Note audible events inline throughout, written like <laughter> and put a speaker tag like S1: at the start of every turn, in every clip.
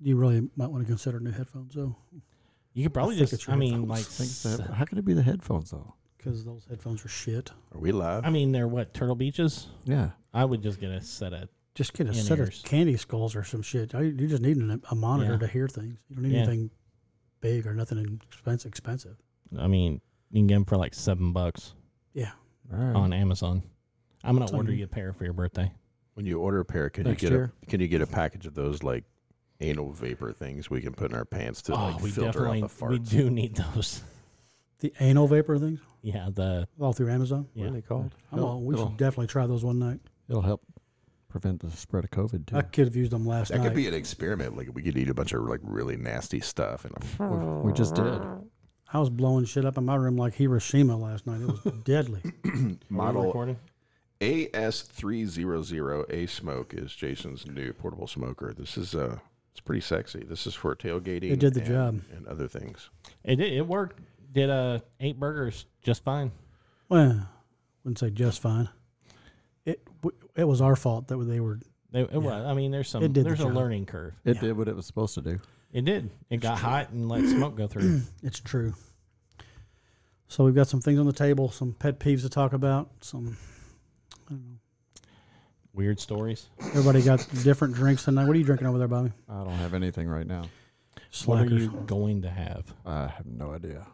S1: you really might want to consider new headphones though,
S2: You could probably
S1: I think
S2: just.
S1: it's
S2: I
S1: your
S2: mean,
S1: headphones.
S2: like.
S3: Think so.
S2: s-
S3: How could it be the headphones though?
S1: because those headphones are shit.
S4: Are we live?
S2: I mean, they're what Turtle Beaches.
S3: Yeah.
S2: I would just get a set of.
S1: Just get a
S2: In
S1: set
S2: ears.
S1: of candy skulls or some shit. I, you just need an, a monitor
S2: Yeah.
S1: to hear things. You don't need
S2: Yeah.
S1: anything big or nothing expensive. Expensive.
S2: I mean, you can get them for like seven bucks
S1: Yeah.
S3: All right.
S2: on Amazon. I'm gonna
S1: It's on
S2: order
S1: you.
S2: you a pair for your birthday.
S4: when you order a pair, can
S3: Next
S4: you get
S3: year.
S4: a can you get a package of those like anal vapor things we can put in our pants to
S2: oh,
S4: like
S2: we
S4: filter out
S2: definitely
S4: the
S2: we
S4: farts?
S2: do need those. <laughs>
S1: The anal vapor things,
S2: Yeah, the
S1: all through Amazon.
S3: What
S2: yeah.
S3: are they called?
S1: I'm all, we
S3: it'll,
S1: should definitely try those one night.
S3: it'll help prevent the spread of COVID too.
S1: I could have used them last
S4: That
S1: night.
S4: could be an experiment. Like we could eat a bunch of like really nasty stuff and
S3: We- we just did.
S1: I was blowing shit up in my room like Hiroshima last night. It was
S2: <laughs>
S1: deadly.
S4: model
S2: recording.
S4: AS three zero zero A smoke is Jason's new portable smoker. This is uh it's pretty sexy. This is for tailgating.
S1: It did the
S4: and-
S1: job.
S4: and other things.
S2: It did, it worked. Did uh eight burgers just fine.
S1: Well, wouldn't say just fine. It w- it was our fault that they were.
S2: They, it was. I mean, there's some.
S1: It did the
S2: there's a
S1: job.
S2: learning curve.
S3: It did what it was supposed to do.
S2: It did. It got hot and let smoke go
S1: <clears throat>
S2: through.
S1: It's true. So we've got some things on the table, some pet peeves to talk about. Some
S2: Weird stories.
S1: everybody got different drinks tonight. What are you drinking over there, Bobby?
S3: I don't have anything right now.
S2: What are
S1: Slackers.
S2: you going to have?
S3: I have no idea.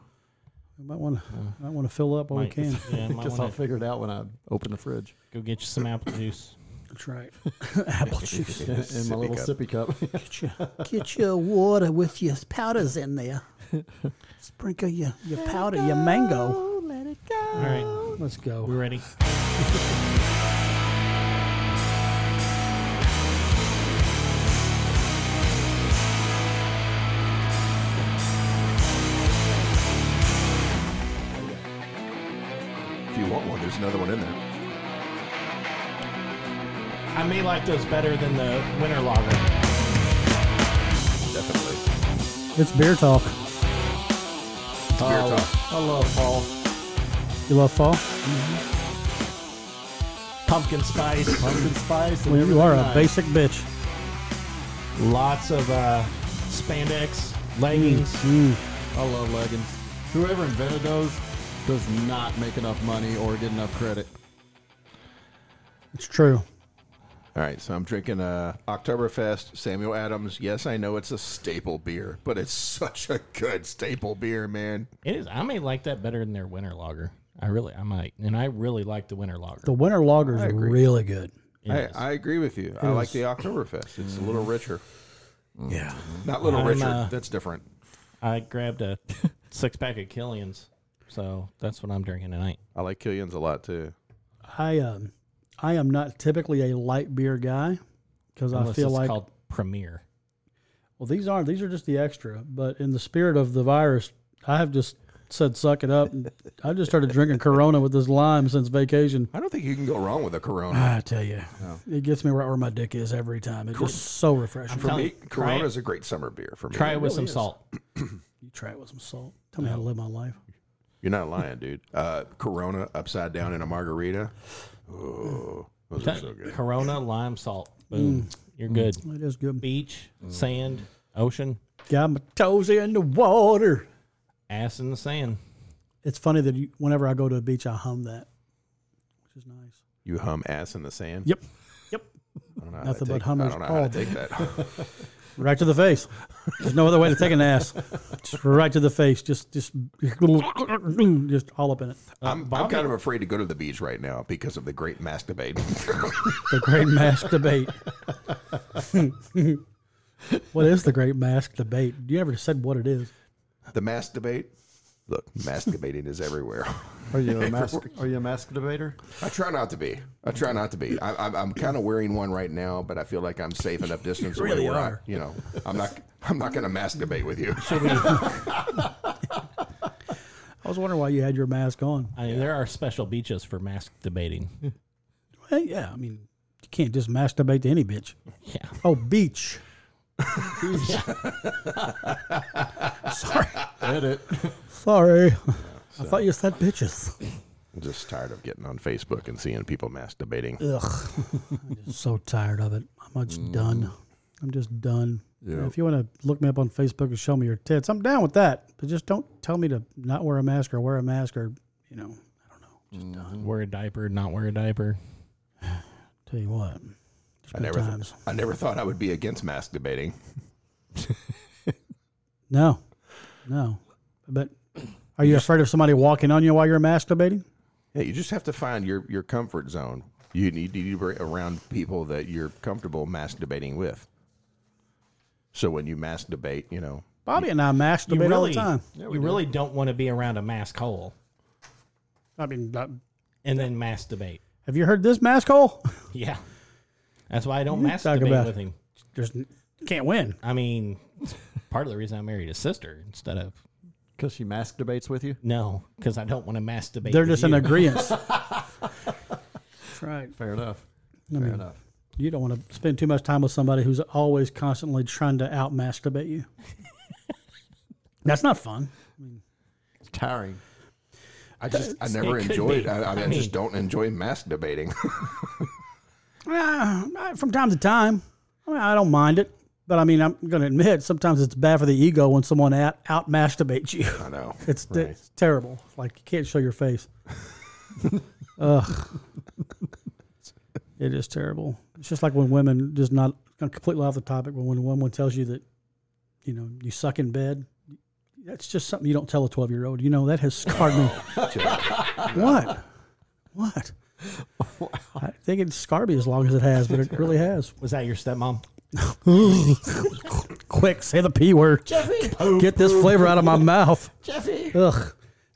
S1: We might want to might want to fill up while
S2: Might- <laughs>
S1: we can.
S2: Yeah,
S1: <laughs>
S2: might
S3: Guess I'll
S2: wanna
S3: figure it out when I open the fridge
S2: go get you some apple juice.
S1: That's right. <laughs> Apple juice.
S3: in, in my
S4: Sippy
S3: little
S4: cup.
S3: sippy <laughs> cup.
S1: Get your, get your water with your powders in there. Sprinkle your, your powder, your mango.
S2: All right,
S1: Let's go.
S2: we ready.
S4: If you want one, there's another one in there.
S2: I may like those better than the winter lager.
S4: Definitely.
S1: It's beer talk.
S4: It's beer talk.
S2: I love fall.
S1: You love fall?
S2: Pumpkin spice. Pumpkin spice.
S1: Well, you are a basic bitch.
S2: Lots of uh, spandex leggings.
S1: Mm.
S3: I love leggings. Whoever invented those does not make enough money or get enough credit.
S1: It's true.
S4: All right, so I'm drinking uh, Oktoberfest Samuel Adams. Yes, I know it's a staple beer, but it's <laughs> such a good staple beer, man.
S2: It is. I may like that better than their winter lager. I really, I might, and I really like the winter lager.
S1: The winter lagers
S4: I
S1: are
S4: agree.
S1: really good.
S2: It
S4: I,
S2: is. Mm.
S4: I agree with you. I like
S1: is.
S4: the Oktoberfest. It's a little richer.
S1: Yeah.
S4: Not little
S2: I'm,
S4: richer.
S2: uh,
S4: That's different.
S2: I grabbed a <laughs> six pack of Killians, so that's what I'm drinking tonight.
S4: I like Killian's a lot too.
S1: I um, I am not typically a light beer guy because I
S2: Unless
S1: feel
S2: it's
S1: like
S2: called Premier.
S1: well these aren't these are just the extra. But in the spirit of the virus, I have just said suck it up. and I've just started drinking Corona with this lime since vacation.
S4: I don't think you can go wrong with a Corona.
S1: I tell you,
S2: Oh.
S1: it gets me right where my dick is every time. It's just so refreshing.
S4: For
S2: Tell
S4: me,
S2: you, try
S4: Corona
S2: it.
S4: is a great summer beer. For me,
S2: Try it with some salt.
S1: you try it with some salt. Tell me how to
S2: Oh.
S1: live my life.
S4: You're not lying, dude. <laughs> Uh, Corona upside down in
S2: <sighs>
S4: a margarita. Oh, those are so good.
S2: Corona lime salt. Boom. You're good.
S1: It is good.
S2: Beach, sand, ocean,
S1: Got my toes in the water.
S2: ass in the sand.
S1: It's funny that you, whenever I go to a beach, I hum that, which is nice.
S4: You hum ass in the sand.
S1: Yep. Yep.
S4: I don't know how to
S1: Nothing but
S4: take- I
S1: hummers
S4: don't know how
S1: all
S4: to take that. <laughs>
S1: Right to the face. There's no other way to take an ass. Just right to the face. Just, just, just all up in it.
S4: I'm, I'm kind of afraid to go to the beach right now because of the great mask debate.
S1: The great mask debate. <laughs> what is the great mask debate? You never said what it is.
S4: <laughs> the mask debate. Look, mask debating is everywhere.
S3: Are you <laughs> a mask? Are you a mask debater?
S4: I try not to be. I try not to be. I, I'm, I'm kind of wearing one right now, but I feel like I'm safe enough distance. away
S1: really
S4: where I-
S1: are.
S4: you know, I'm not. I'm not going to mask debate
S1: <laughs>
S4: with you.
S1: I was wondering why you had your mask on.
S2: I mean, there are special beaches for mask
S1: <laughs>
S2: debating.
S1: Well, yeah, I mean, you can't just masturbate to any bitch.
S2: yeah.
S1: Oh, beach.
S3: Edit.
S1: Sorry. I thought you said bitches.
S4: I'm just tired of getting on Facebook and seeing people mask debating.
S1: Ugh. I'm just so tired of it. I'm just done. I'm just done.
S3: Yeah.
S1: If you want to look me up on Facebook and show me your tits, I'm down with that. But just don't tell me to not wear a mask or wear a mask or, you know,
S2: Wear a diaper, not wear a diaper.
S1: tell you what. There's
S4: I
S1: been
S4: never, th-
S1: times.
S4: I never thought I would be against mask debating.
S1: no, no. But are you afraid of somebody walking on you while you're masturbating?
S4: Yeah, you just have to find your, your comfort zone. You need, you need to be around people that you're comfortable masturbating with. So when you masturbate, you know,
S1: Bobby and I masturbate
S2: You really,
S1: all the time.
S2: you really don't want to be around a mask hole
S1: I mean, uh,
S2: and then masturbate.
S1: have you heard this mask hole? <laughs>
S2: Yeah, that's why I don't
S1: talk
S2: masturbate
S1: about-
S2: with him.
S1: There's can't win.
S2: I mean, part of the reason I married a sister instead of
S3: Because she masturbates with you?
S2: no, because I don't want to masturbate.
S1: They're
S2: with
S1: just
S2: you.
S1: in agreement. That's right.
S3: Fair enough. Fair enough.
S1: You don't want to spend too much time with somebody who's always constantly trying to out masturbate you. That's not fun.
S3: It's tiring.
S4: I just I never
S2: it could
S4: enjoyed.
S2: be.
S4: I, I,
S2: I
S4: mean, I
S2: mean-
S4: just don't enjoy masturbating. <laughs>
S1: Ah, I- from time to time, I, mean, I don't mind it, but I mean, I'm going to admit sometimes it's bad for the ego when someone out, out masturbates you.
S4: I know.
S1: It's, it's terrible. Like you can't show your face. Ugh, it is terrible. It's just like when women just not I'm completely off the topic, but when a woman tells you that, you know, you suck in bed, that's just something you don't tell a twelve year old. You know that has scarred me. <laughs> what? What? I think it scarred me as long as it has, but it really has.
S2: Was that your stepmom?
S1: Quick, say the p word. Get this flavor out of my mouth.
S3: Jeffy!
S1: Ugh.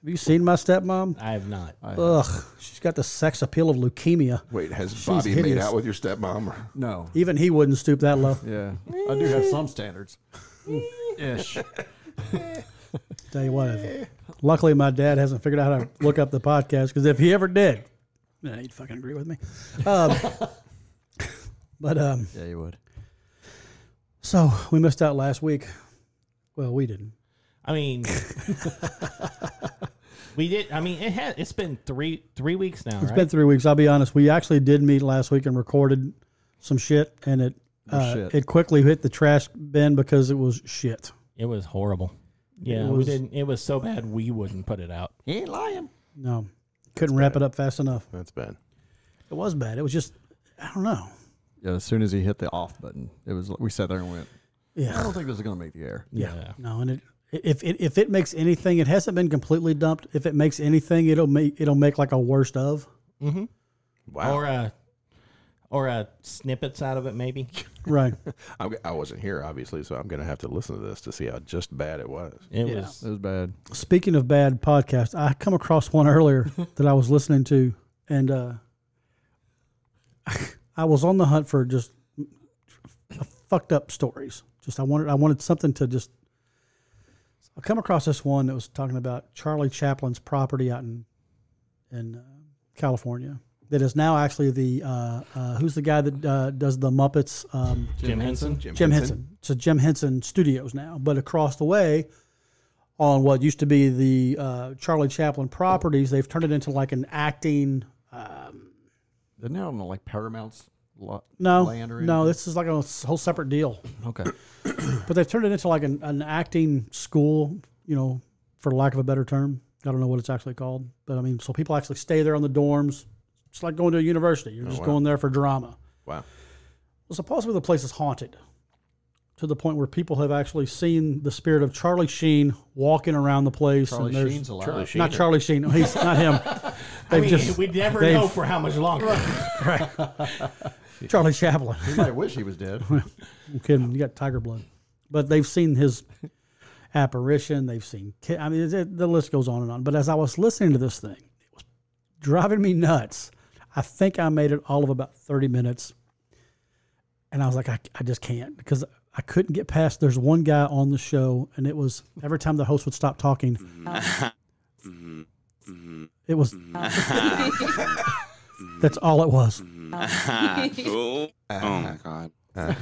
S1: Have you seen my stepmom?
S2: I have not.
S1: Ugh, she's got the sex appeal of leukemia.
S4: Wait, has Bobby made
S1: hideous.
S4: out with your stepmom? Or,
S3: No.
S1: Even he wouldn't stoop that
S3: <laughs>
S1: low.
S3: Yeah. I do have some <laughs> standards. Ish.
S1: Tell you what, if- luckily my dad hasn't figured out how to look up the podcast because if he ever did, yeah, he'd fucking agree with me. Um, <laughs> but um,
S3: Yeah, you would.
S1: so we missed out last week. Well, we didn't.
S2: I
S1: <laughs>
S2: mean, we did. I mean, it had. It's been three three weeks now,
S1: It's
S2: right?
S1: been three weeks. I'll be honest. We actually did meet last week and recorded some shit, and it
S3: Oh,
S1: uh,
S3: shit.
S1: it quickly hit the trash bin because it was shit.
S2: it was horrible. Yeah,
S1: was-
S2: we didn't. It was so bad we wouldn't put it out.
S3: He ain't lying.
S1: No, couldn't wrap it up fast enough.
S4: That's bad.
S1: It was bad. It was just I don't know.
S3: Yeah, as soon as he hit the off button, it was we sat there and went, I
S1: Yeah.
S3: don't think this is going to make the air.
S2: Yeah.
S1: No, and it if it if it makes anything, it hasn't been completely dumped. If it makes anything, it'll make it'll make like a worst of.
S4: Wow.
S2: Or uh or uh snippets out of it <laughs> maybe.
S1: Right.
S4: I'm, I wasn't here, obviously, so I'm going to have to listen to this to see how just bad it was.
S2: It
S1: Yeah.
S2: was
S3: It was bad.
S1: Speaking of bad podcasts, I come across one earlier that I was listening to, and uh, <laughs> I was on the hunt for just fucked up stories. Just I wanted I wanted something to just. I come across this one that was talking about Charlie Chaplin's property out in in uh, California that is now actually the uh, uh, who's the guy that uh, does the Muppets. Um,
S2: Jim Henson.
S1: Jim Henson. It's a Jim Henson Studios now, but across the way, on what used to be the uh, Charlie Chaplin properties, they've turned it into like an acting.
S3: Isn't that on like Paramount's lot?
S1: No,
S3: Land or
S1: no, this is like a s- whole separate deal.
S3: <clears throat> Okay.
S1: But they've turned it into like an, an acting school, you know, for lack of a better term. I don't know what it's actually called, but I mean, so people actually stay there on the dorms. It's like going to a university. You're just
S4: wow.
S1: going there for drama.
S2: <laughs>
S4: Wow.
S1: Well, supposedly the place is haunted to the point where people have actually seen the spirit of Charlie Sheen walking around the place.
S3: Charlie
S1: and there's,
S3: Sheen's alive.
S4: Charlie Sheen.
S1: Not Charlie Sheen. No, he's not him.
S2: <laughs> I
S1: They've
S2: mean,
S1: just
S2: we never
S1: they've-
S2: know for how much longer.
S1: Charlie Chaplin.
S3: He might wish he was <laughs> dead.
S1: I'm kidding. You got tiger blood, but they've seen his <laughs> apparition. They've seen. Ki- I mean, it, it- the list goes on and on. But as I was listening to this thing, it was driving me nuts. I think I made it all of about 30 minutes, and I was like, I, I just can't because I couldn't get past. There's one guy on the show, and it was every time the host would stop talking. It was. <laughs> That's all it was.
S5: oh, oh my god.
S4: Right.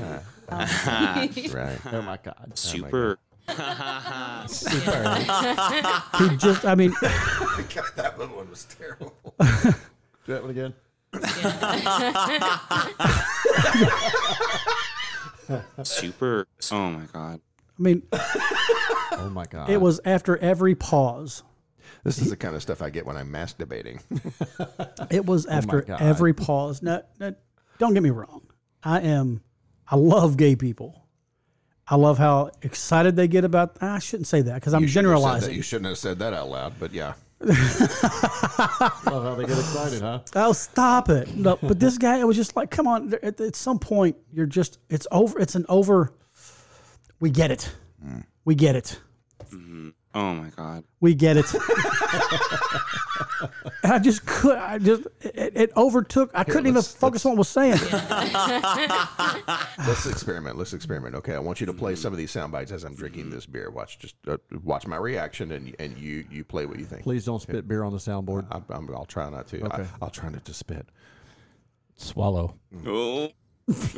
S3: oh my God. <laughs>
S5: Super.
S2: <laughs> Super.
S1: He just. I mean.
S4: God, that little one was terrible.
S3: <laughs> Do that one again.
S5: super. Oh my god.
S1: I mean,
S3: Oh my god!
S1: it was after every pause.
S4: This is the kind of stuff I get when I'm masturbating.
S1: It
S4: Oh,
S1: was after
S3: God.
S1: every pause. Now, now, don't get me wrong. I am, I love gay people. I love how excited they get about. I shouldn't say that because I'm
S4: You shouldn't have said that-
S1: generalizing.
S4: You shouldn't have said that out loud, but yeah.
S3: Love how they get excited, huh?
S1: Oh, stop it! No, but this guy, it was just like, come on. there- At, at some point, you're just, it's over. It's an over. We get it.
S4: Mm.
S1: We get it.
S5: Oh my god.
S1: We get it. and I just could. I just it, it overtook. I couldn't even
S4: let's-
S1: focus on what was saying.
S4: Let's experiment. Let's experiment. Okay, I want you to play some of these sound bites as I'm drinking this beer. Watch, just uh, watch my reaction, and and you you play what you think.
S3: Please don't spit beer on the soundboard.
S4: I'm, I'm, I'll try not to.
S3: Okay.
S4: I, will try not to spit.
S2: Swallow.
S5: Oh.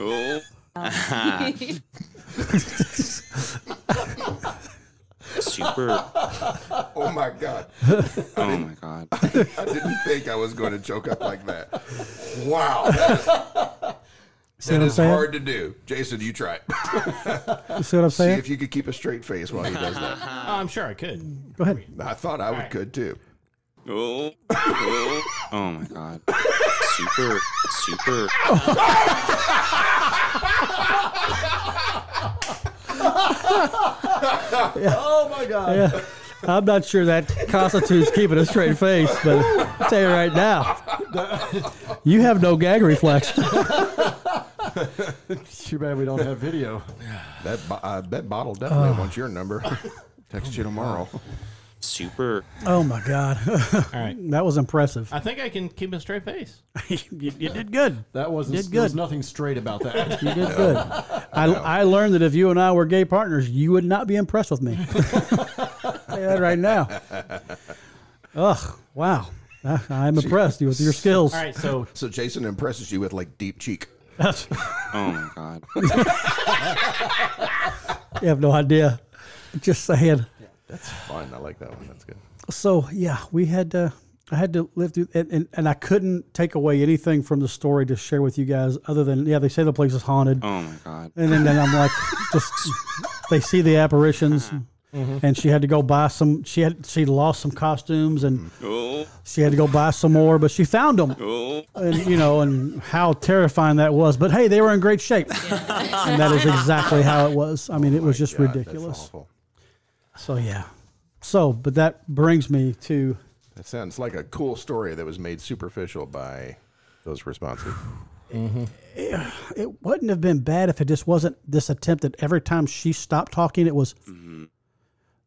S5: Oh. <laughs> super.
S4: <laughs> Oh my god!
S5: Oh my god.
S4: I didn't think I was going to choke up like that. Wow, that
S1: See what I'm
S4: is
S1: saying?
S4: hard to do. Jason, you try it. <laughs>
S1: You See what I'm
S4: See
S1: saying?
S4: if you could keep a straight face while he does that.
S2: I'm sure I could.
S1: Go ahead.
S4: I thought I would could too.
S5: Oh. Oh. Oh my god. Super. Super.
S3: Oh my god!
S1: Yeah. I'm not sure that constitutes keeping a straight face, but I'll tell you right now, you have no gag reflex.
S3: Too bad we don't have video.
S4: That bo- uh, that bottle definitely wants your number. Oh Text you tomorrow.
S5: Super.
S1: Oh my God. <laughs>
S2: All right.
S1: that was impressive.
S2: I think I can keep a straight face.
S1: <laughs> you, you did good.
S3: That wasn't.
S1: Did
S3: There was
S1: good.
S3: nothing straight about that.
S1: You did good. I, I learned that if you and I were gay partners, you would not be impressed with me. <laughs> Say that right now. Ugh, wow. I, I'm impressed with your skills.
S2: All right. <laughs> So
S4: So Jason impresses you with like deep cheek.
S5: Oh my god.
S1: <laughs> You have no idea. Just saying.
S4: Fine, I like that one. That's good.
S1: So yeah, we had to. I had to live through, and, and, and I couldn't take away anything from the story to share with you guys, other than yeah, they say the place is haunted,
S5: Oh my god.
S1: and then, then I'm
S4: <laughs>
S1: like, just they see the apparitions,
S4: Uh-huh.
S1: and she had to go buy some. She had she lost some costumes, and
S5: Oh.
S4: Mm-hmm.
S1: she had to go buy some more, but she found them,
S5: Oh.
S1: and you know, and how terrifying that was. But hey, they were in great shape, and that is exactly how it was. I mean, it was just
S4: Oh God, that's
S1: ridiculous.
S4: awful.
S1: So yeah, so but that brings me to
S4: That sounds like a cool story that was made superficial by those responses.
S1: it wouldn't have been bad if it just wasn't this attempt that every time she stopped talking, it was.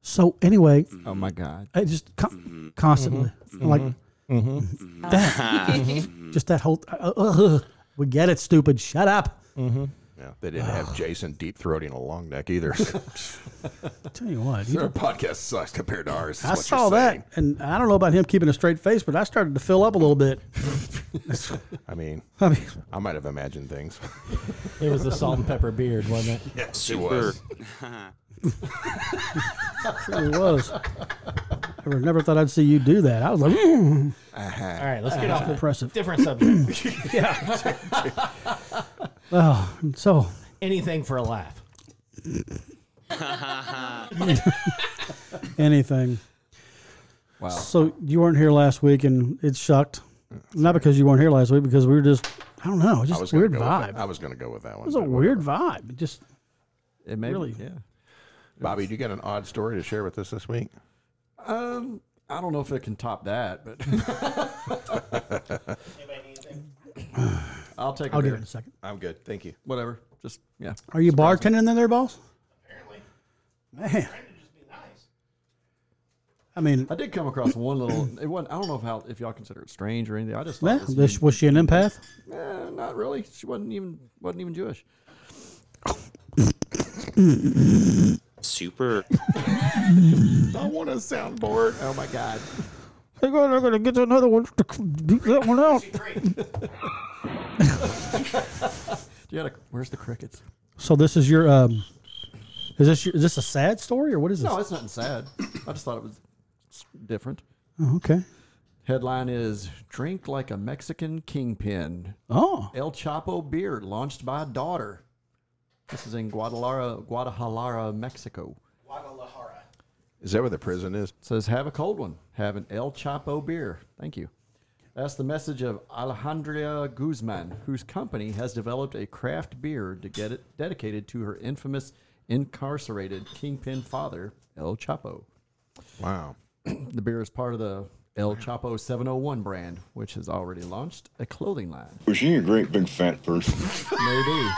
S1: So anyway,
S3: <laughs> oh my god!
S1: I just con- constantly like
S4: Mm-hmm.
S1: that, <laughs> just that whole. Uh, uh, ugh. we get it, stupid. Shut up.
S4: Yeah, they didn't have Jason deep throating a long neck either. <laughs>
S1: tell you what, you-
S4: Their podcast sucks compared to ours. is
S1: I
S4: Mm. what you're
S1: saw that,
S4: saying.
S1: and I don't know about him keeping a straight face, but I started to fill up a little bit. <laughs>
S4: I mean,
S1: I mean,
S4: I might have imagined things.
S2: it was the salt and pepper beard, wasn't it?
S4: yes, it
S5: Super.
S4: was.
S1: it was. I would- never thought I'd see you do that. I was like, "Mm,
S2: All right. Let's get off the
S1: impressive.
S2: different subject. <laughs>
S1: Oh, so
S2: Anything for a laugh.
S1: anything.
S3: Wow.
S1: So you weren't here last week, and it sucked. Not because you weren't here last week, because we were just I don't know,
S4: I was
S1: just
S4: gonna
S1: weird
S4: go with
S1: vibe.
S4: that-
S1: It
S4: I was going to go with that one.
S1: was a
S4: but
S1: weird
S4: whatever.
S1: vibe. It Just
S3: It made
S1: Really?
S3: yeah.
S4: Bobby, do you got an odd story to share with us this week?
S3: Um, I don't know if it can top that, but <laughs> I'll take. a
S1: I'll do
S3: beer.
S1: it in a second.
S4: I'm good. Thank you.
S3: Whatever. Just yeah.
S1: Are you bartending in there, boss? Apparently, man. I mean,
S3: I did come across one little. It wasn't. I don't know if how if y'all consider it strange or anything. I just
S1: man, <laughs>
S3: thought it was,
S1: this, was she an empath?
S3: eh, not really. She wasn't even wasn't even Jewish.
S5: Super.
S4: I want a soundboard. Oh my god.
S1: They're going, they're going to get to another one to beat that one out.
S3: You gotta. Where's the crickets?
S1: So this is your um, is this your, is this a sad story or what is this?
S3: No, it's nothing sad. I just thought it was different.
S1: Oh, okay.
S3: Headline is Drink Like a Mexican Kingpin.
S1: Oh,
S3: El Chapo Beer launched by daughter. This is in Guadalajara, Guadalajara, Mexico.
S4: Is that where the prison is?
S3: It says, have a cold one. Have an El Chapo beer. Thank you. That's the message of Alejandra Guzman, whose company has developed a craft beer to get it dedicated to her infamous incarcerated kingpin father, El Chapo.
S4: Wow.
S3: The beer is part of the El Chapo 701 brand, which has already launched a clothing line.
S6: Was she a great big fat person?
S3: Maybe.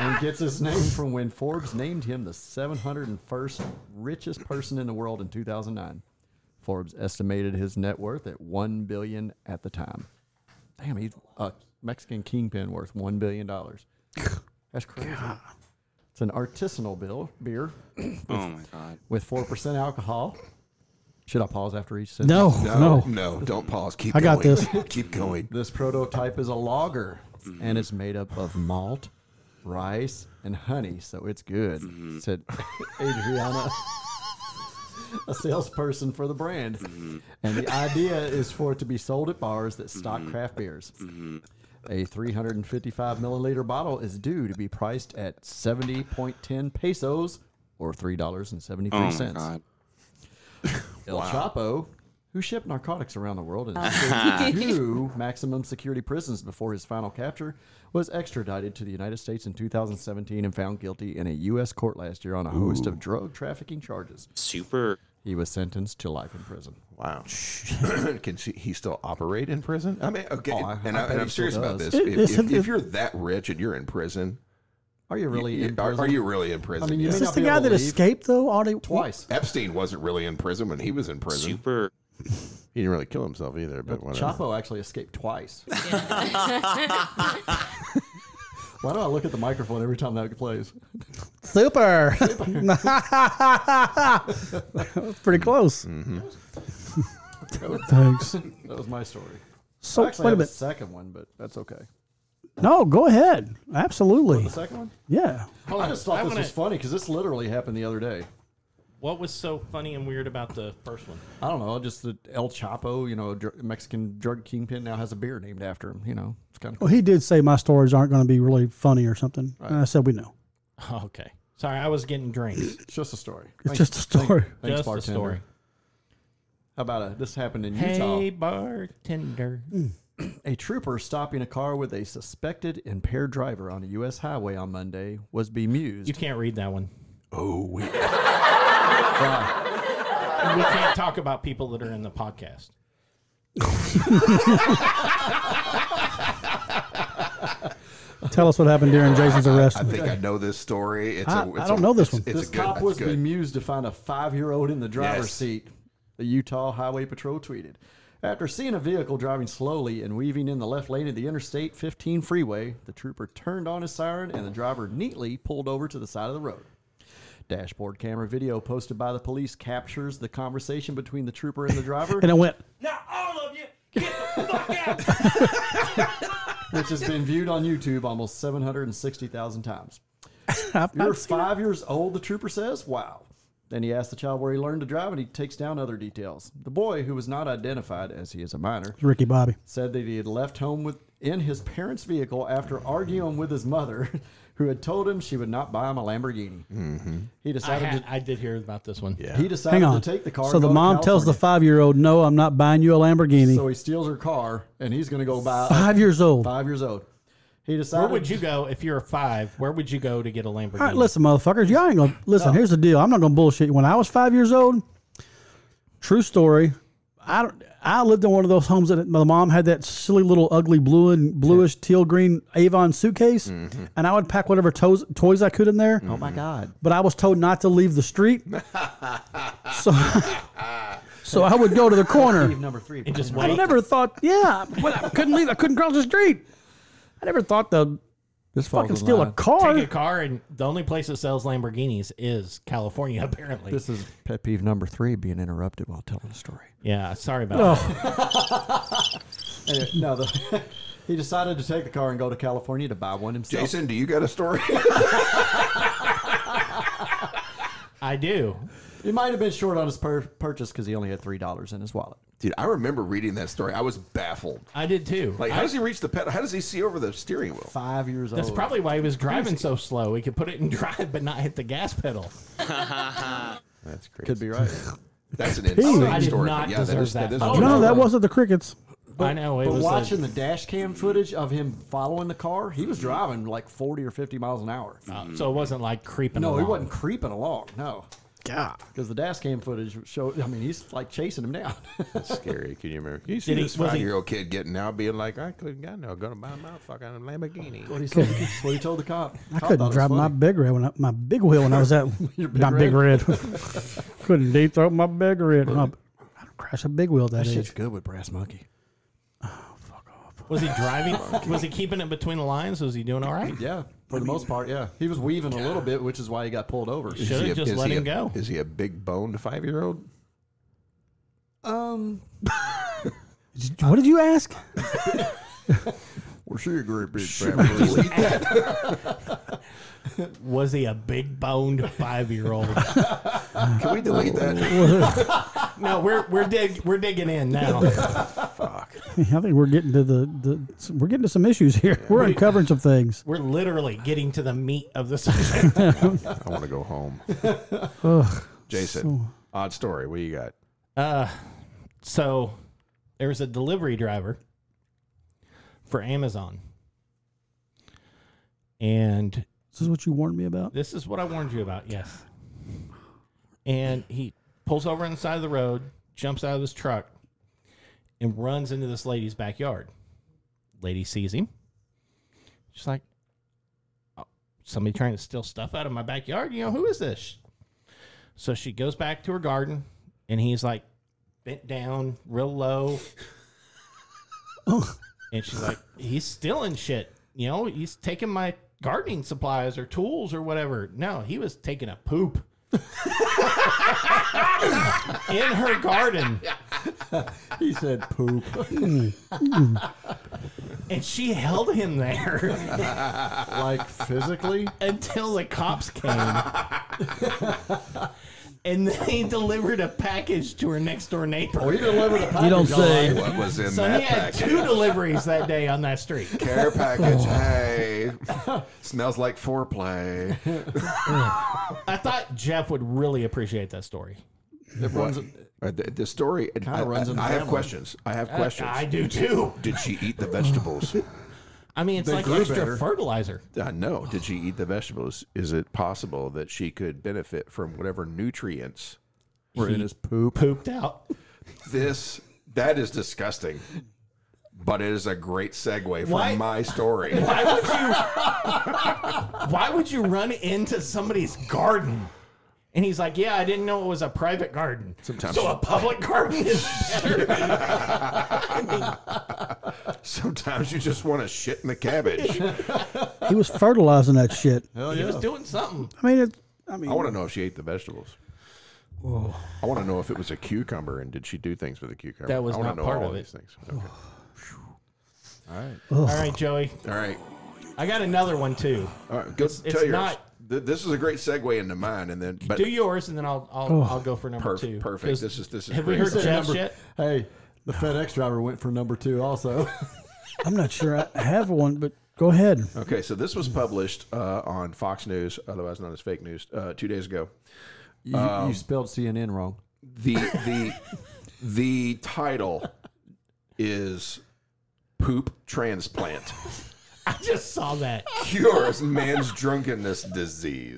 S3: and gets his name from when Forbes named him the 701st richest person in the world in 2009. Forbes estimated his net worth at 1 billion at the time. Damn, he's a Mexican kingpin worth 1 billion dollars. That's crazy. It's an artisanal bill, beer
S5: Oh my god.
S3: with 4% alcohol. Should I pause after each sentence?
S1: No, <laughs> no.
S4: No, don't pause. Keep
S1: I
S4: going.
S1: got
S4: <laughs> Keep going.
S3: This prototype is a lager, and it's made up of malt, rice, and honey, so it's good,"
S5: Mm-hmm.
S3: said <laughs> Adriana, a salesperson for the brand.
S5: Mm-hmm.
S3: And the idea is for it to be sold at bars that stock
S5: Mm-hmm.
S3: craft beers. A 355 milliliter bottle is due to be priced at 70.10 pesos, or three dollars and seventy three
S5: Oh my
S3: cents.
S5: god.
S3: El Chapo, who shipped narcotics around the world and
S4: Uh-huh.
S3: escaped
S4: <laughs>
S3: two maximum security prisons before his final capture, was extradited to the United States in 2017 and found guilty in a U.S. court last year on a host of drug trafficking charges.
S5: Super.
S3: He was sentenced to life in prison.
S4: Wow. <clears throat> Can she, he still operate in prison? I mean, okay.
S3: Oh, I-
S4: and,
S3: I
S4: I,
S3: bet
S4: and
S3: he
S4: I'm
S3: still
S4: serious about
S3: does.
S4: this.
S1: It-
S4: If,
S1: it's-
S4: if, if you're that rich and you're in prison,
S3: Are you really
S4: you-
S3: in
S4: are,
S3: prison?
S4: are you really in prison?
S3: I mean, you
S4: Yeah.
S1: Is
S3: may
S1: this
S3: not
S1: the
S3: be
S1: guy
S3: able
S1: that
S3: to leave
S1: escaped though? All day,
S3: twice?
S4: Epstein wasn't really in prison when he was in prison.
S5: Super.
S4: He didn't really kill himself either, but whatever.
S3: Chapo actually escaped twice. <laughs> Why do I look at the microphone every time that
S4: <laughs>
S3: plays?
S1: Super. <laughs> Pretty close.
S3: Mm-hmm.
S1: Thanks.
S3: That was my story.
S4: Oh,
S1: So
S3: I actually
S1: wait a
S3: have
S1: minute.
S3: second one, but that's okay.
S1: No, go ahead. Absolutely.
S3: The second one?
S1: Yeah.
S3: I just thought
S2: I
S3: this
S2: wanna-
S3: was funny because this literally happened the other day.
S2: What was so funny and weird about the first one?
S3: I don't know, just the El Chapo, you know, dr- Mexican drug kingpin now has a beer named after him. You know, it's kind of
S1: Well, he did say my stories aren't going to be really funny or something. And I said we know.
S2: Okay. Sorry, I was getting drinks.
S3: It's just a story.
S1: It's just a story.
S3: Thanks,
S2: Just a
S3: bartender.
S2: story.
S3: How about it? This happened in Utah.
S2: Hey, bartender.
S3: A trooper stopping a car with a suspected impaired driver on a U.S. highway on Monday was bemused.
S2: You can't read that one.
S4: Oh,
S2: <laughs>
S4: we,
S2: We can't talk about people that are in the podcast.
S1: Tell us what happened
S3: <laughs>
S1: during Jason's arrest.
S4: I think I know this story. It's
S1: I-
S4: a, it's
S1: I
S4: a-
S1: don't know this
S4: it's-
S1: one.
S4: It's
S3: this
S4: a good,
S3: cop
S4: that's
S3: was
S4: good.
S3: bemused to find a five-year-old in the driver's
S4: Yes.
S3: seat. The Utah Highway Patrol tweeted. After seeing a vehicle driving slowly and weaving in the left lane of the Interstate 15 freeway, the trooper turned on his siren and the driver neatly pulled over to the side of the road. Dashboard camera video posted by the police captures the conversation between the trooper and the
S4: <laughs>
S3: driver,
S1: and it went.
S7: Now all of you, get the fuck out!
S3: which has been viewed on YouTube almost
S1: <laughs>
S3: 760,000 times.
S1: I've
S3: You're
S1: not seen it.
S3: five years old, the trooper says. Wow. Then he asks the child where he learned to drive, and he takes down other details. The boy, who was not identified as he is a minor,
S1: Ricky Bobby.
S3: said that he had left home with in his parents' vehicle after arguing with his mother, <laughs> who had told him she would not buy him a Lamborghini. He
S2: I,
S3: decided
S2: had, I did hear about this one.
S3: to, he decided
S1: Mm-hmm. Hang on.
S3: to take the car.
S1: so
S3: and
S1: the
S3: go to
S1: mom tells the
S3: California.
S1: five year old, "No, I'm not buying you a Lamborghini."
S3: So he steals her car, and he's going to go buy a-
S1: five years old.
S3: five years old. He decided.
S2: Where would you go if you're a five? Where would you go to get a Lamborghini?
S1: All right, listen, motherfuckers. Y'all ain't gonna listen. Here's the deal. I'm not gonna bullshit. you. When I was five years old, true story. I don't. I lived in one of those homes that my mom had that silly little ugly blue and bluish teal green Avon suitcase, and I would pack whatever toes, toys I could in there.
S3: Oh my God!
S1: But I was told not to leave the street, so so I would go to the
S3: <laughs>
S1: corner.
S3: Leave number three.
S2: and just
S1: I
S2: wait.
S1: never thought, yeah, but I couldn't leave. I couldn't cross the street. I never thought to
S3: This
S1: fucking steal a car.
S2: Take a car, and the only place that sells Lamborghinis is California, <laughs> apparently.
S3: This is pet peeve number three: being interrupted while telling a story.
S2: yeah, sorry about that.
S3: Anyway, Uh, no, the, <laughs> he decided to take the car and go to California to buy one himself.
S4: Jason, do you got a story?
S2: I do.
S3: He might have been short on his pur- purchase because he only had three dollars in his wallet.
S4: Dude, I remember reading that story. I was baffled.
S2: I did too.
S4: Like, how does he reach the pedal? How does he see over the steering wheel?
S3: Five years
S2: That's
S3: old.
S2: probably why he was driving so slow. He could put it in <laughs> drive but not hit the gas pedal.
S4: That's crazy.
S3: could be right.
S4: <laughs> That's an insane
S2: I did
S4: story. but
S2: not
S4: yeah, that
S2: deserve
S4: is,
S2: that
S4: is
S2: photo.
S4: a
S1: No,
S4: real
S1: that
S4: one.
S1: wasn't the crickets.
S2: I know. It
S3: But
S2: was
S3: watching
S2: a,
S3: the dash cam footage of him following the car, he was driving like forty or fifty miles an hour.
S2: uh, so it wasn't like creeping.
S3: no,
S2: along.
S3: he wasn't creeping along. No,
S1: God.
S3: because the dash cam footage showed. I mean, he's like chasing him down. <laughs>
S4: That's scary. Can you remember? You see
S2: Did he-
S4: this
S2: was he-
S4: five year old kid getting out being like, I couldn't got no, gonna buy my fucking Lamborghini.
S3: what he told, what he told the cop.
S1: I couldn't drive my big red when I, my big wheel when I was at not big red. <laughs> couldn't deep throat my big red. Oh, I'd crash a big wheel at that age.
S3: good with brass monkey.
S2: Was he
S3: <laughs>
S2: driving? was he keeping it between the lines? Was he doing all right?
S3: Yeah, for the most part, yeah. He was weaving a little bit, which is why he got pulled over.
S4: Is
S2: Should've
S4: he a-
S2: just
S4: is
S2: let
S4: he
S2: him
S4: a-
S2: go.
S4: Is he a big boned five year old?
S3: Um,
S1: Did- What did you ask? <laughs>
S4: Well, she a great big family.
S2: Was he a big boned five year old?
S4: Can we delete <laughs> that?
S2: <laughs> no, we're we're dig we're digging in now.
S1: I think we're getting to the, the we're getting to some issues here. We're uncovering
S2: <laughs>
S1: some things.
S2: We're literally getting to the meat of the subject. <laughs>
S4: I want to go home. Jason, odd story. What you got?
S2: Uh, so there was a delivery driver for Amazon, and
S1: This is what you warned me about.
S2: This is what I warned you about, yes. And he pulls over on the side of the road, jumps out of his truck, and runs into this lady's backyard. Lady sees him. She's like, "Oh, somebody trying to steal stuff out of my backyard? You know, who is this? So she goes back to her garden, and he's like bent down real low. and she's like, he's stealing shit. You know, he's taking my gardening supplies or tools or whatever. No, he was taking a poop. <laughs> in her garden.
S3: he said poop.
S2: And she held him there <laughs>
S3: like physically?
S2: until the cops came. <laughs> and they delivered a package to her next door neighbor.
S3: We delivered a package.
S1: You don't say.
S4: What was in
S2: so
S4: that
S2: he had
S4: Oh, package?
S2: two deliveries that day on that street. <laughs>
S4: Care package. Hey, smells like foreplay.
S2: I thought Jeff would really appreciate that story.
S3: It runs,
S4: Uh, The, the story. I,
S3: runs
S4: I-
S3: in the
S4: I have
S3: family.
S4: questions. I have questions.
S2: Uh, I do too.
S4: Did she eat the vegetables?
S2: I mean, it's like
S4: grew
S2: extra
S4: better.
S2: fertilizer.
S4: I know. Did she eat the vegetables? Is it possible that she could benefit from whatever nutrients
S3: were in
S2: He
S3: his poop.
S2: pooped out.
S4: this? That is disgusting. But it is a great segue from
S2: Why-
S4: my story.
S2: <laughs> Why would you? why would you run into somebody's garden? And he's like, "Yeah, I didn't know it was a private garden.
S4: Sometimes-
S2: so a
S4: <laughs>
S2: public garden is better."
S4: Sometimes you just want to shit in the cabbage.
S1: He was fertilizing that shit.
S4: Oh,
S3: Hell
S2: he
S3: yeah.
S2: was doing something.
S1: I mean, it, I mean,
S4: I want to know if she ate the vegetables.
S2: Oh.
S4: I want to know if it was a cucumber and did she do things with a cucumber?
S2: That was
S4: I wanna
S2: not
S4: know
S2: part
S4: all
S2: of
S4: these
S2: it. Oh.
S4: things. Okay.
S2: All right, Joey,
S4: All right.
S2: I got another one too.
S4: All right. Go
S2: it's
S4: tell yours.
S2: not-
S4: Th- this is a great segue into mine, and then but
S2: Do yours, and then I'll I'll, I'll go for number
S4: perf-
S2: two.
S4: perfect.
S2: 'Cause
S4: This is this is
S2: have we
S4: great.
S2: heard Jeff's
S3: Number-
S2: yet?
S3: Hey, the FedEx driver went for number two also.
S1: I'm not sure I have one, but go ahead.
S4: Okay, so this was published uh, on Fox News, otherwise known as fake news, uh, two days ago.
S3: you, you spelled CNN wrong.
S4: the the the title is poop transplant
S2: I just saw that.
S4: cures man's drunkenness disease.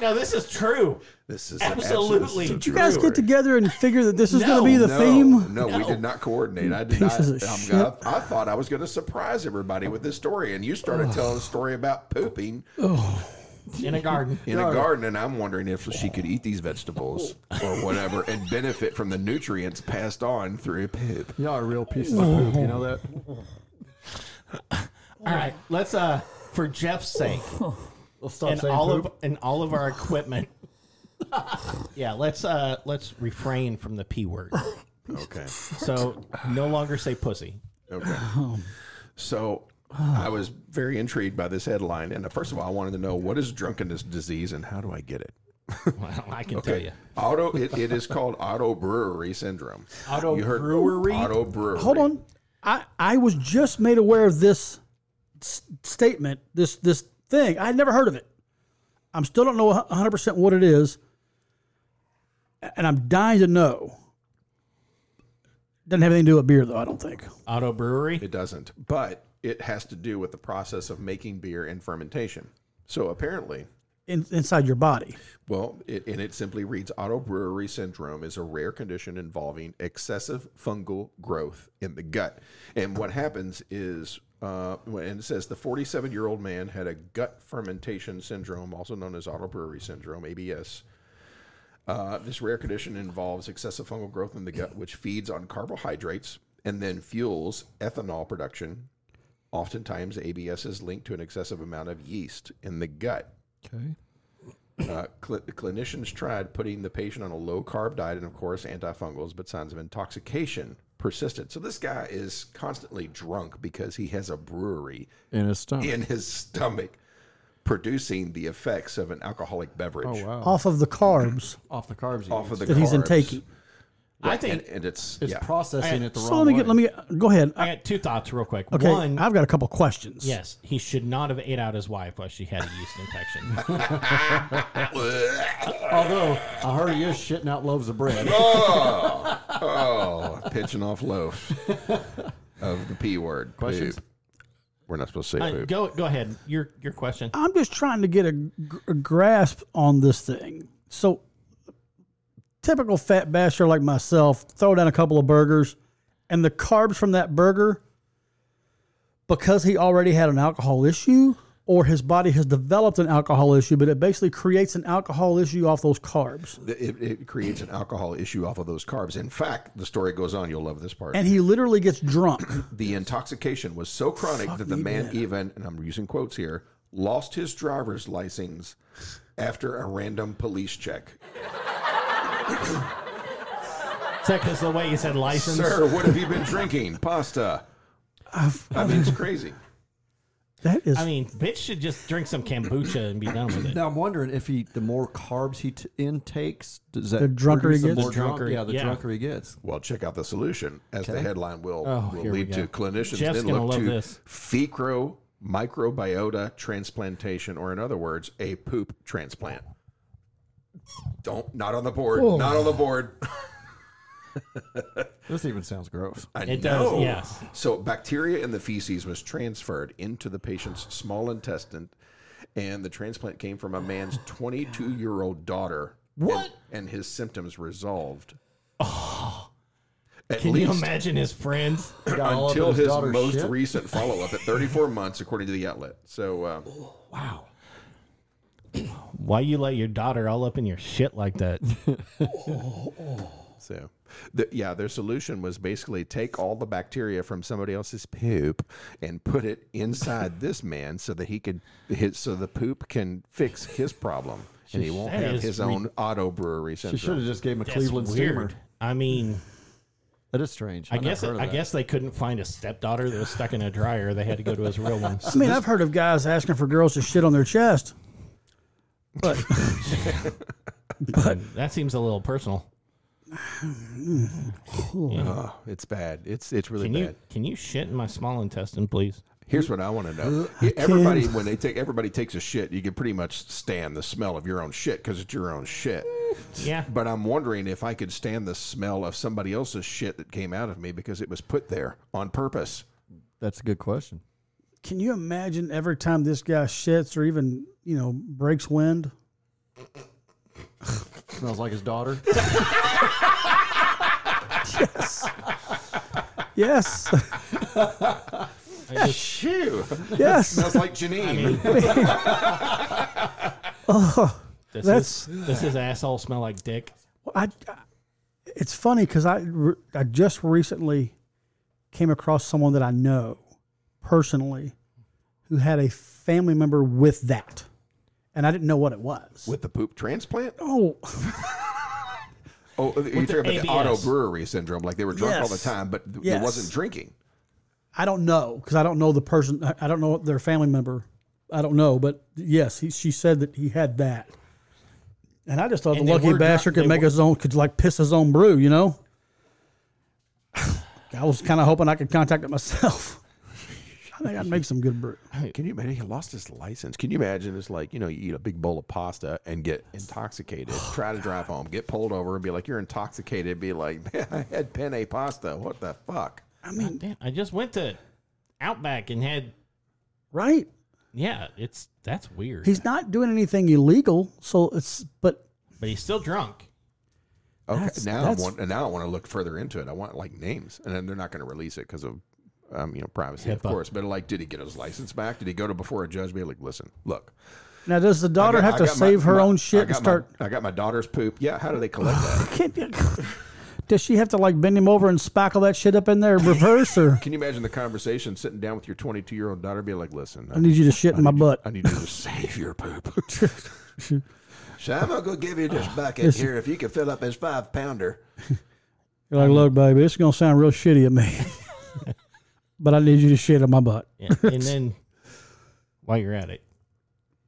S2: No, this is true.
S4: This is
S2: Absolutely.
S4: An
S2: Did you
S1: You guys get together and figure that this is going
S2: No.
S1: to be the
S4: no,
S1: theme.
S4: No, we did not coordinate. I did
S1: Pieces
S4: not.
S1: of
S4: I'm
S1: shit.
S4: gonna- I thought I was going to surprise everybody with this story, and you started telling a story about pooping
S2: In a garden.
S4: in a garden, and I'm wondering if she could eat these vegetables or whatever and benefit from the nutrients passed on through poop.
S3: Y'all are real pieces of poop. You know that?
S2: All right, let's uh for Jeff's sake.
S3: Let's stop
S2: and
S3: saying
S2: all
S3: poop.
S2: of and all of our equipment. <laughs> yeah, let's uh let's refrain from the p word.
S4: Okay.
S2: <sighs> So no longer say pussy.
S4: Okay. So I was very intrigued by this headline, and uh, first of all, I wanted to know what is drunkenness disease and how do I get it?
S2: Well, I can tell you.
S4: auto. It, it is called auto brewery syndrome.
S2: Auto brewery?
S4: Auto brewery.
S1: Hold on. I, I was just made aware of this s- statement, this this thing. I had never heard of it. I'm still don't know 100% what it is. And I'm dying to know. Doesn't have anything to do with beer, though, I don't think.
S2: Auto brewery.
S4: It doesn't, but it has to do with the process of making beer and fermentation. So apparently,
S1: In, inside your body.
S4: Well, it, and it simply reads auto brewery syndrome is a rare condition involving excessive fungal growth in the gut. And what happens is, uh, and it says the 47 year old man had a gut fermentation syndrome, also known as auto brewery syndrome, ABS. Uh, this rare condition involves excessive fungal growth in the gut, which feeds on carbohydrates and then fuels ethanol production. Oftentimes, ABS is linked to an excessive amount of yeast in the gut.
S3: Okay.
S4: Uh, cl- clinicians tried putting the patient on a low carb diet and, of course, antifungals, but signs of intoxication persisted. So this guy is constantly drunk because he has a brewery
S3: In his stomach.
S4: in his stomach producing the effects of an alcoholic beverage
S3: oh wow.
S1: Off of the carbs
S3: Off the carbs. he
S4: off
S3: eats.
S4: of the
S1: that he's
S4: carbs.
S1: intaking.
S2: I
S4: And,
S2: think
S4: and it's,
S3: It's
S4: yeah.
S3: processing
S2: I-
S3: it the
S1: So
S3: wrong
S1: let me
S3: way.
S1: get, let me go ahead.
S2: I got two thoughts real quick.
S1: okay.
S2: One,
S1: I've got a couple questions.
S2: yes, he should not have ate out his wife while she had a yeast
S3: <laughs>
S2: infection.
S3: Although I heard he is shitting out loaves of
S1: <laughs>
S3: bread.
S4: oh, pitching
S2: <laughs>
S4: off loaf of the P word.
S3: Questions?
S4: poop. We're not supposed to say
S2: Uh,
S4: poop.
S2: go go ahead. Your your question.
S1: I'm just trying to get a, gr- a grasp on this thing. So, typical fat basher like myself, throw down a couple of burgers, and the carbs from that burger, because he already had an alcohol issue, or his body has developed an alcohol issue, but it basically creates an alcohol issue off those carbs.
S4: It, it creates an alcohol issue off of those carbs. In fact, the story goes on. You'll love this part.
S1: And he literally gets drunk.
S4: The intoxication was so chronic that the man even, and I'm using quotes here, lost his driver's license after a random police check.
S2: Second is the way you said license.
S4: Sir, what have you been drinking? Pasta. I mean, it's crazy.
S1: <coughs> That is
S2: I mean, bitch should just drink some kombucha and be done with it.
S3: Now I'm wondering if he, the more carbs he t- intakes, does that
S1: The drunker he
S3: produce
S1: gets?
S3: more
S2: The
S3: drunk-
S2: drunker,
S3: yeah, the
S2: yeah.
S3: drunker he gets.
S4: Well, check out the solution, as the headline will,
S3: Oh,
S4: will
S3: here we
S4: lead to. Clinicians
S2: Jeff's
S4: then
S2: gonna
S4: look
S2: love
S4: to
S2: this.
S4: fecro microbiota transplantation, or in other words, a poop transplant. Don't, not on the board, not on the board.
S3: This even sounds gross.
S4: I
S2: It does,
S4: know.
S2: yes.
S4: So bacteria in the feces was transferred into the patient's small intestine, and the transplant came from a man's 22-year-old daughter. What? And, his symptoms resolved. At
S2: Can you
S4: least
S2: imagine his friends?
S3: Got all up in
S4: until his,
S3: daughter's
S4: most
S3: shit.
S4: recent follow-up at 34 months, according to the outlet. So uh,
S3: wow.
S2: Why you let your daughter all up in your shit like that?
S4: So, the, yeah, their solution was basically take all the bacteria from somebody else's poop and put it inside this man so that he could, his, so the poop can fix his problem and he won't
S2: That
S4: have
S2: is
S4: his
S2: re-
S4: own auto brewery
S3: She should have
S4: syndrome.
S3: just gave him a
S2: That's
S3: <laughs> Cleveland steamer.
S2: weird. I mean,
S3: That is strange.
S2: I
S3: I've never
S2: guess
S3: heard of
S2: I
S3: that.
S2: guess they couldn't find a stepdaughter that was stuck in a dryer. They had to go to his real
S3: <laughs>
S2: one.
S1: I mean, I've heard of guys asking for girls to shit on their chest. But
S2: That seems a little personal.
S4: Oh, it's bad. It's it's really
S2: Can
S4: bad.
S2: you can you shit in my small intestine, please?
S4: Here's what I want to know.
S2: <gasps>
S4: Everybody, when they take everybody takes a shit, you can pretty much stand the smell of your own shit because it's your own shit. <laughs>
S2: Yeah.
S4: But I'm wondering if I could stand the smell of somebody else's shit that came out of me because it was put there on purpose.
S3: That's a good question.
S1: Can you imagine every time this guy shits or even, you know, breaks wind?
S3: Smells like his <laughs> daughter.
S1: Yes.
S4: Shoo!
S1: yes.
S4: Smells like Janine.
S2: Does
S1: That's-
S2: his, does his asshole smell like dick?
S1: I, I- it's funny because I, re- I just recently came across someone that I know personally who had a family member with that. And I didn't know what it was.
S4: <laughs> With the poop transplant?
S1: oh,
S4: Oh, you're talking about the
S2: ABS.
S4: auto brewery syndrome, like they were drunk all the
S1: Yes.
S4: time, but th- they
S1: Yes.
S4: wasn't drinking.
S1: I don't know because I don't know the person. I- I don't know their family member. I don't know, but yes, he, she said that he had that. And I just thought
S2: And
S1: the
S2: they
S1: lucky
S2: were dri-
S1: bastard could
S2: they
S1: make
S2: were-
S1: his own, could like piss his own brew, you know? <sighs> I was kind of hoping I could contact it myself. <laughs> I think I'd make some good brew.
S4: Can you imagine? He lost his license. Can you imagine? It's like, you know, you eat a big bowl of pasta and get
S1: <gasps>
S4: intoxicated, try to drive home, get pulled over and be like, you're intoxicated. Be like, <laughs> man, I had penne pasta. What the fuck?
S1: I mean,
S2: Damn, I just went to Outback and had
S1: right?
S2: yeah. It's that's weird.
S1: He's not doing anything illegal, so it's but
S2: but he's still drunk.
S4: Okay,
S1: That's-
S4: now
S1: that's-
S4: I want, and now I want to look further into it. I want like names, and then they're not going to release it because of, um, you know, privacy, of
S2: HIPAA.
S4: course. But like, did he get his license back? Did he go to before a judge? Be like, listen, look,
S1: now does the
S4: I
S1: daughter
S4: got-
S1: have
S4: I
S1: to
S4: got my-
S1: save her
S4: my-
S1: own
S4: I
S1: shit and
S4: got my-
S1: start? <laughs>
S4: I got my daughter's poop. Yeah, how do
S1: <sighs>
S4: they collect that?
S1: Does she have to like bend him over and spackle that shit up in there in reverse, or
S4: Can you imagine the conversation sitting down with your 22 year old daughter? Be like, listen,
S1: I need you to shit in my butt?
S4: I need you to <laughs> save
S1: <laughs>
S4: your poop. so I'm gonna give
S1: <sighs>
S4: you this bucket here if you can fill up his five pounder.
S1: You're like, look, baby, this is gonna sound real shitty at <laughs> me, but I need you to shit in my butt.
S2: Yeah,
S4: <laughs>
S2: and then while you're at it,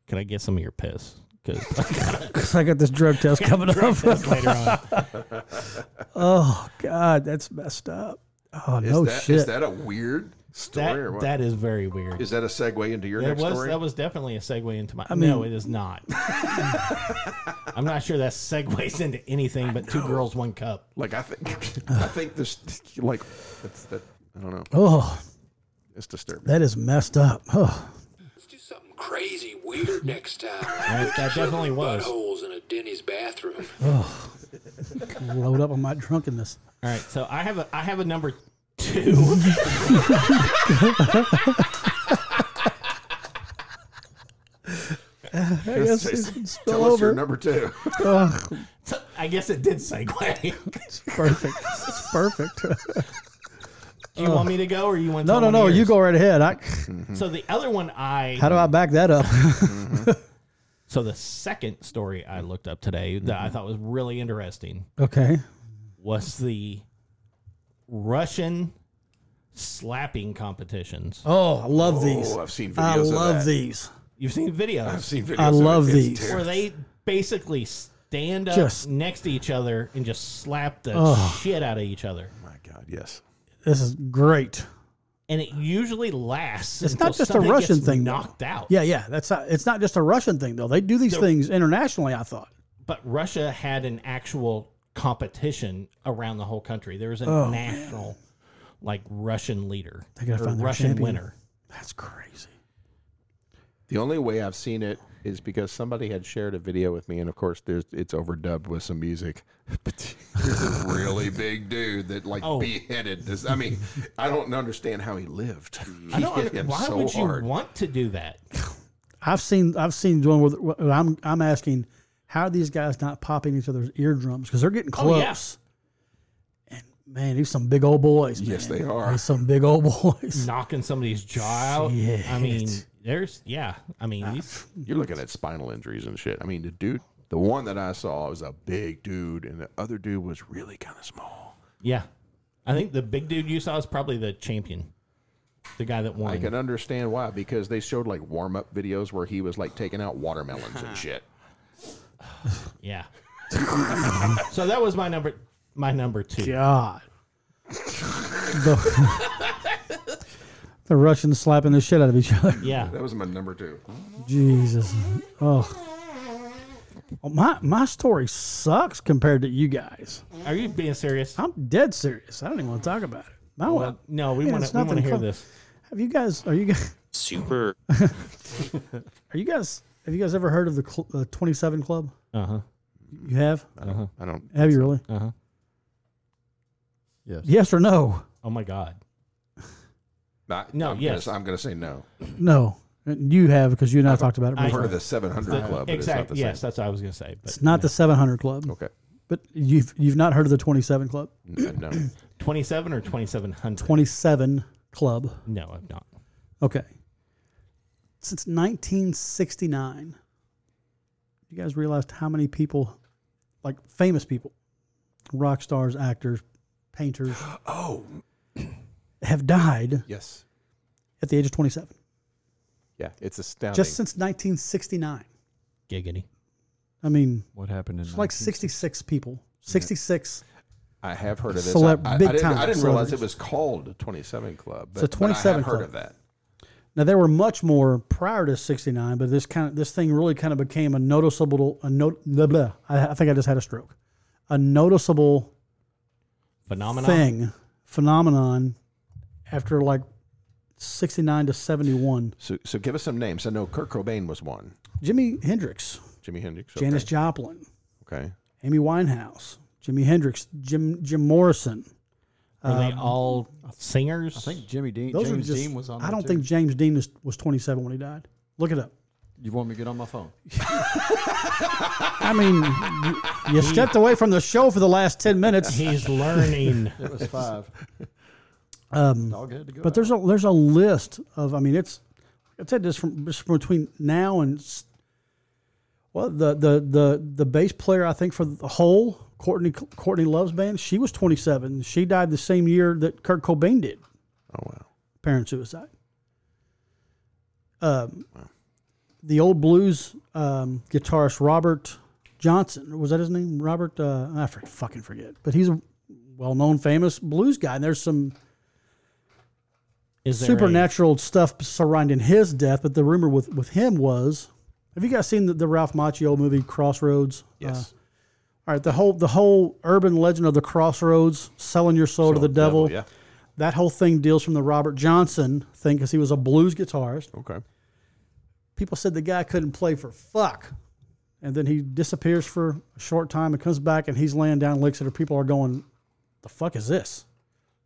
S2: can I get some of your piss?
S4: <laughs>
S2: Because
S1: <laughs> Cause I got this drug test coming up.
S2: later on,
S1: <laughs> oh God, that's messed up. Oh
S4: Is
S1: no
S4: that is
S1: shit.
S4: that a weird story? or
S2: that,
S4: what?
S2: that is very weird.
S4: Is that a segue into your
S2: That
S4: next
S2: was
S4: story?
S2: that was definitely a segue into my.
S1: mean-
S2: no, it is not. <laughs> I'm not sure that segues into anything but two girls, one cup.
S4: like I
S1: <sighs>
S4: think <laughs> I think this like that's that I don't know.
S1: oh,
S4: It's disturbing.
S1: that is messed up. Oh,
S8: Let's do something crazy weird <laughs> next time. Put
S2: that
S8: your
S2: definitely was.
S8: Buttholes in a Denny's bathroom.
S1: load up on my drunkenness.
S2: All right, so I have a I have a number two. <laughs>
S1: I guess
S4: <laughs>
S1: it's spill
S4: Tell us your
S1: over.
S4: number two.
S2: I guess it did <laughs> segue.
S1: Perfect. It's perfect.
S2: Do you want me to go or you want?
S1: <laughs> No, no,
S2: someone
S1: no.
S2: of
S1: You
S2: yours?
S1: go right ahead. I,
S2: So the other one I
S1: how do
S4: Hmm.
S1: I back that up? <laughs>
S2: so the second story I looked up today that
S1: Mm-hmm.
S2: I thought was really interesting
S1: Okay.
S2: was the Russian slapping competitions.
S1: Oh, I love these.
S4: Oh, I've seen videos.
S1: I
S4: of
S1: love
S4: that.
S1: these.
S2: You've seen videos.
S4: I've seen videos.
S1: I
S4: of it.
S1: love
S4: It's
S1: these.
S4: terrible.
S2: where they basically stand up
S1: Just-
S2: next to each other and just slap the shit out of each other.
S4: My God, yes.
S1: This is great.
S2: And it usually lasts.
S1: It's
S2: until
S1: not just a
S2: somebody
S1: Russian
S2: gets
S1: thing, though.
S2: Knocked out.
S1: Yeah, yeah. That's not, it's not just a Russian thing though. They do these things internationally. I thought.
S2: But Russia had an actual competition around the whole country. There was a national, like Russian leader,
S1: Oh, They gotta
S2: or
S1: find their
S2: Russian
S1: champion.
S2: winner.
S1: That's crazy.
S4: The only way I've seen it is because somebody had shared a video with me, and of course, there's it's overdubbed with some music. <laughs> But there's a really big dude that like
S2: Oh.
S4: beheaded this. I mean, I don't understand how he lived.
S2: I
S4: He
S2: don't.
S4: hit
S2: under-
S4: him
S2: Why
S4: so
S2: would you
S4: hard.
S2: want to do that?
S1: I've seen I've seen one where where I'm I'm asking how are these guys not popping each other's eardrums because they're getting
S2: Oh,
S1: close.
S2: yeah.
S1: And man, these some big old boys.
S4: Yes,
S1: man.
S4: they are.
S1: They're some big old <laughs> boys.
S2: Knocking somebody's jaw out. I mean, there's yeah. I
S4: Ah.
S2: mean, these,
S4: You're looking at spinal injuries and shit. I mean, the dude, the one that I saw was a big dude, and the other dude was really kind of small.
S2: yeah. I think the big dude you saw is probably the champion, the guy that won.
S4: I can understand why because they showed like warm up videos where he was like taking out watermelons and shit.
S2: Yeah. <laughs> so that was my number my number two.
S1: God. the, <laughs> the Russians slapping the shit out of each other.
S2: Yeah.
S4: That was my number two.
S1: Jesus. Oh. Well, my my story sucks compared to you guys.
S2: Are you being serious?
S1: I'm dead serious. I don't even want to talk about it. My
S2: Well, no, we
S1: Man,
S2: want
S1: it's
S2: to we want to
S1: nothing
S2: hear
S1: fun.
S2: this.
S1: Have you guys? Are you guys? <laughs>
S5: Super.
S1: Are you guys? Have you guys ever heard of the cl- uh, Twenty Seven Club?
S2: Uh-huh.
S1: You have?
S4: I don't.
S1: Have you really?
S2: Uh-huh.
S3: Yes.
S1: Yes or no?
S2: Oh my god.
S4: <laughs> Not,
S2: No,
S4: I'm
S2: yes.
S4: Gonna, I'm going to say no.
S1: No. You have because you and I talked about it.
S2: I-
S1: Before.
S4: Part of the 700 club, but it's not
S2: exactly.
S4: the
S2: Yes,
S4: same.
S2: that's what I was going to say. But
S1: It's not the Seven Hundred Club,
S4: Okay.
S1: but you've you've not heard of the Twenty Seven Club?
S4: N- No.
S2: 27 or 2700?
S1: Twenty Seven Club.
S2: No, I'm not.
S1: Okay. Since 1969, you guys realized how many people, like
S9: <gasps>
S1: famous people, rock stars, actors, painters,
S4: Oh,
S1: have died
S4: Yes.
S1: at the age of 27,
S9: Yeah, it's astounding.
S1: just since 1969.
S2: Giggity.
S1: I mean,
S3: What happened in
S1: it's like 66 people. 66.
S9: I have heard of this.
S1: Celeb-
S9: I, I
S1: big
S9: didn't,
S1: time
S9: I didn't realize it
S1: celebrities.
S9: was called 27 Club. But,
S1: a
S9: but I have
S1: 27
S9: heard
S1: club.
S9: of that.
S1: Now there were much more prior to '69, but this kind of this thing really kind of became a noticeable a note. Blah, blah. I, I think I just had a stroke. A noticeable
S2: Phenomenon.
S1: thing phenomenon after like '69 to '71.
S4: So, so give us some names. I know Kurt Cobain was one.
S1: Jimi Hendrix,
S4: Jimi Hendrix. okay.
S1: Janis Joplin,
S4: Okay.
S1: Amy Winehouse, Jimi Hendrix, Jim Jim Morrison.
S2: Are they all singers?
S3: um, I think Jimmy Dean,
S1: Those
S3: James
S1: are just.
S3: Dean was on.
S1: I
S3: there,
S1: don't
S3: too.
S1: think James Dean was, was 27 when he died. Look it up.
S3: you want me to get on my <laughs> phone.
S1: I mean, you, you stepped away from the show for the last 10 minutes.
S2: he's
S3: <laughs>
S2: learning.
S3: It was five. it's all good to go.
S1: But there's a there's a list of I mean it's I said this from just from between now and s- well the the the the bass player I think for the whole Courtney Courtney Love's band she was 27 she died the same year that Kurt Cobain did
S4: Oh wow.
S1: parent suicide. Um, the old blues um, guitarist Robert Johnson was that his name? Robert uh, I for, fucking forget, but he's a well-known, famous blues guy. And there's some
S2: Is there
S1: supernatural stuff surrounding his death. But the rumor with with him was, have you guys seen the, the Ralph Macchio movie Crossroads? Uh,
S4: Yes.
S1: all right, the whole the whole urban legend of the Crossroads, selling your soul to the devil.
S4: yeah.
S1: That whole thing deals from the Robert Johnson thing because he was a blues guitarist.
S4: Okay.
S1: People said the guy couldn't play for fuck. And then he disappears for a short time and comes back and he's laying down licks that her people are going, the fuck is this?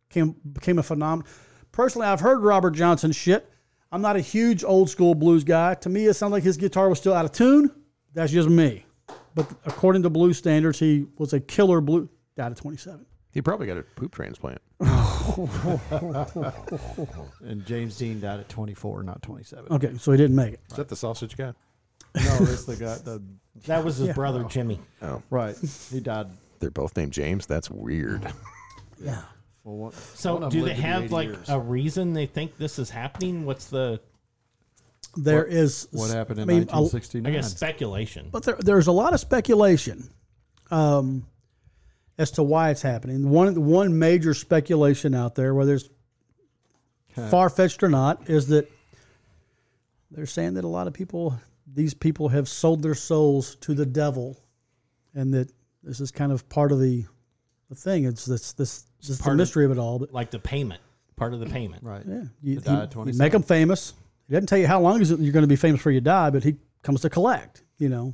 S1: Came, became a phenomenon. Personally, I've heard Robert Johnson shit. I'm not a huge old school blues guy. To me, it sounded like his guitar was still out of tune. That's just me. But according to blues standards, he was a killer blue. Died at 27.
S4: He probably got a poop transplant.
S3: and James Dean died at 24, not 27.
S1: Okay, so he didn't make it.
S4: Is that the sausage guy?
S3: <laughs> No, it's the guy. The,
S2: A, that was his brother Jimmy.
S3: right, he died.
S4: They're both named James. That's weird.
S1: Yeah.
S3: For one, one
S2: So
S3: of
S2: do they
S3: them lived to be
S2: have
S3: 80
S2: like
S3: years.
S2: a reason they think this is happening? What's the
S1: There is
S3: what happened in
S1: I mean, a-
S3: 1969?
S2: I guess speculation.
S1: But there, there's a lot of speculation um, as to why it's happening. One one major speculation out there, whether it's far fetched or not, is that they're saying that a lot of people, these people, have sold their souls to the devil, and that this is kind of part of the the thing. It's this this this the mystery of it all. But
S2: like the payment. Part of the payment.
S3: right.
S1: yeah, you,
S3: died at
S1: he- you
S3: 27.
S1: make them famous. He doesn't tell you how long is it you're going to be famous before you die, but he comes to collect. You know,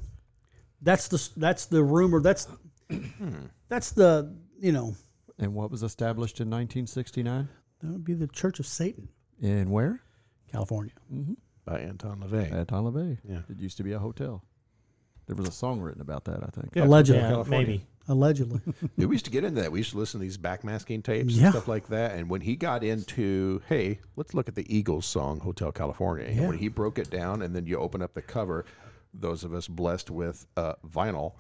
S1: that's the that's the rumor. That's
S3: Hmm.
S1: that's the you know
S3: And what was established in 1969?
S1: that would be the Church of Satan,
S3: In where?
S1: California.
S4: By Anton LaVey.
S3: At Tonle Bay.
S4: Yeah.
S3: It used to be a hotel. There was a song written about that, I think.
S1: allegedly,
S2: Yeah, maybe.
S3: <laughs>
S1: allegedly.
S4: Yeah, we used to get into that. We used to listen to these backmasking tapes
S1: Yeah.
S4: and stuff like that. And when he got into, hey, let's look at the Eagles song Hotel California. And
S1: Yeah.
S4: when he broke it down, and then you open up the cover, those of us blessed with uh, vinyl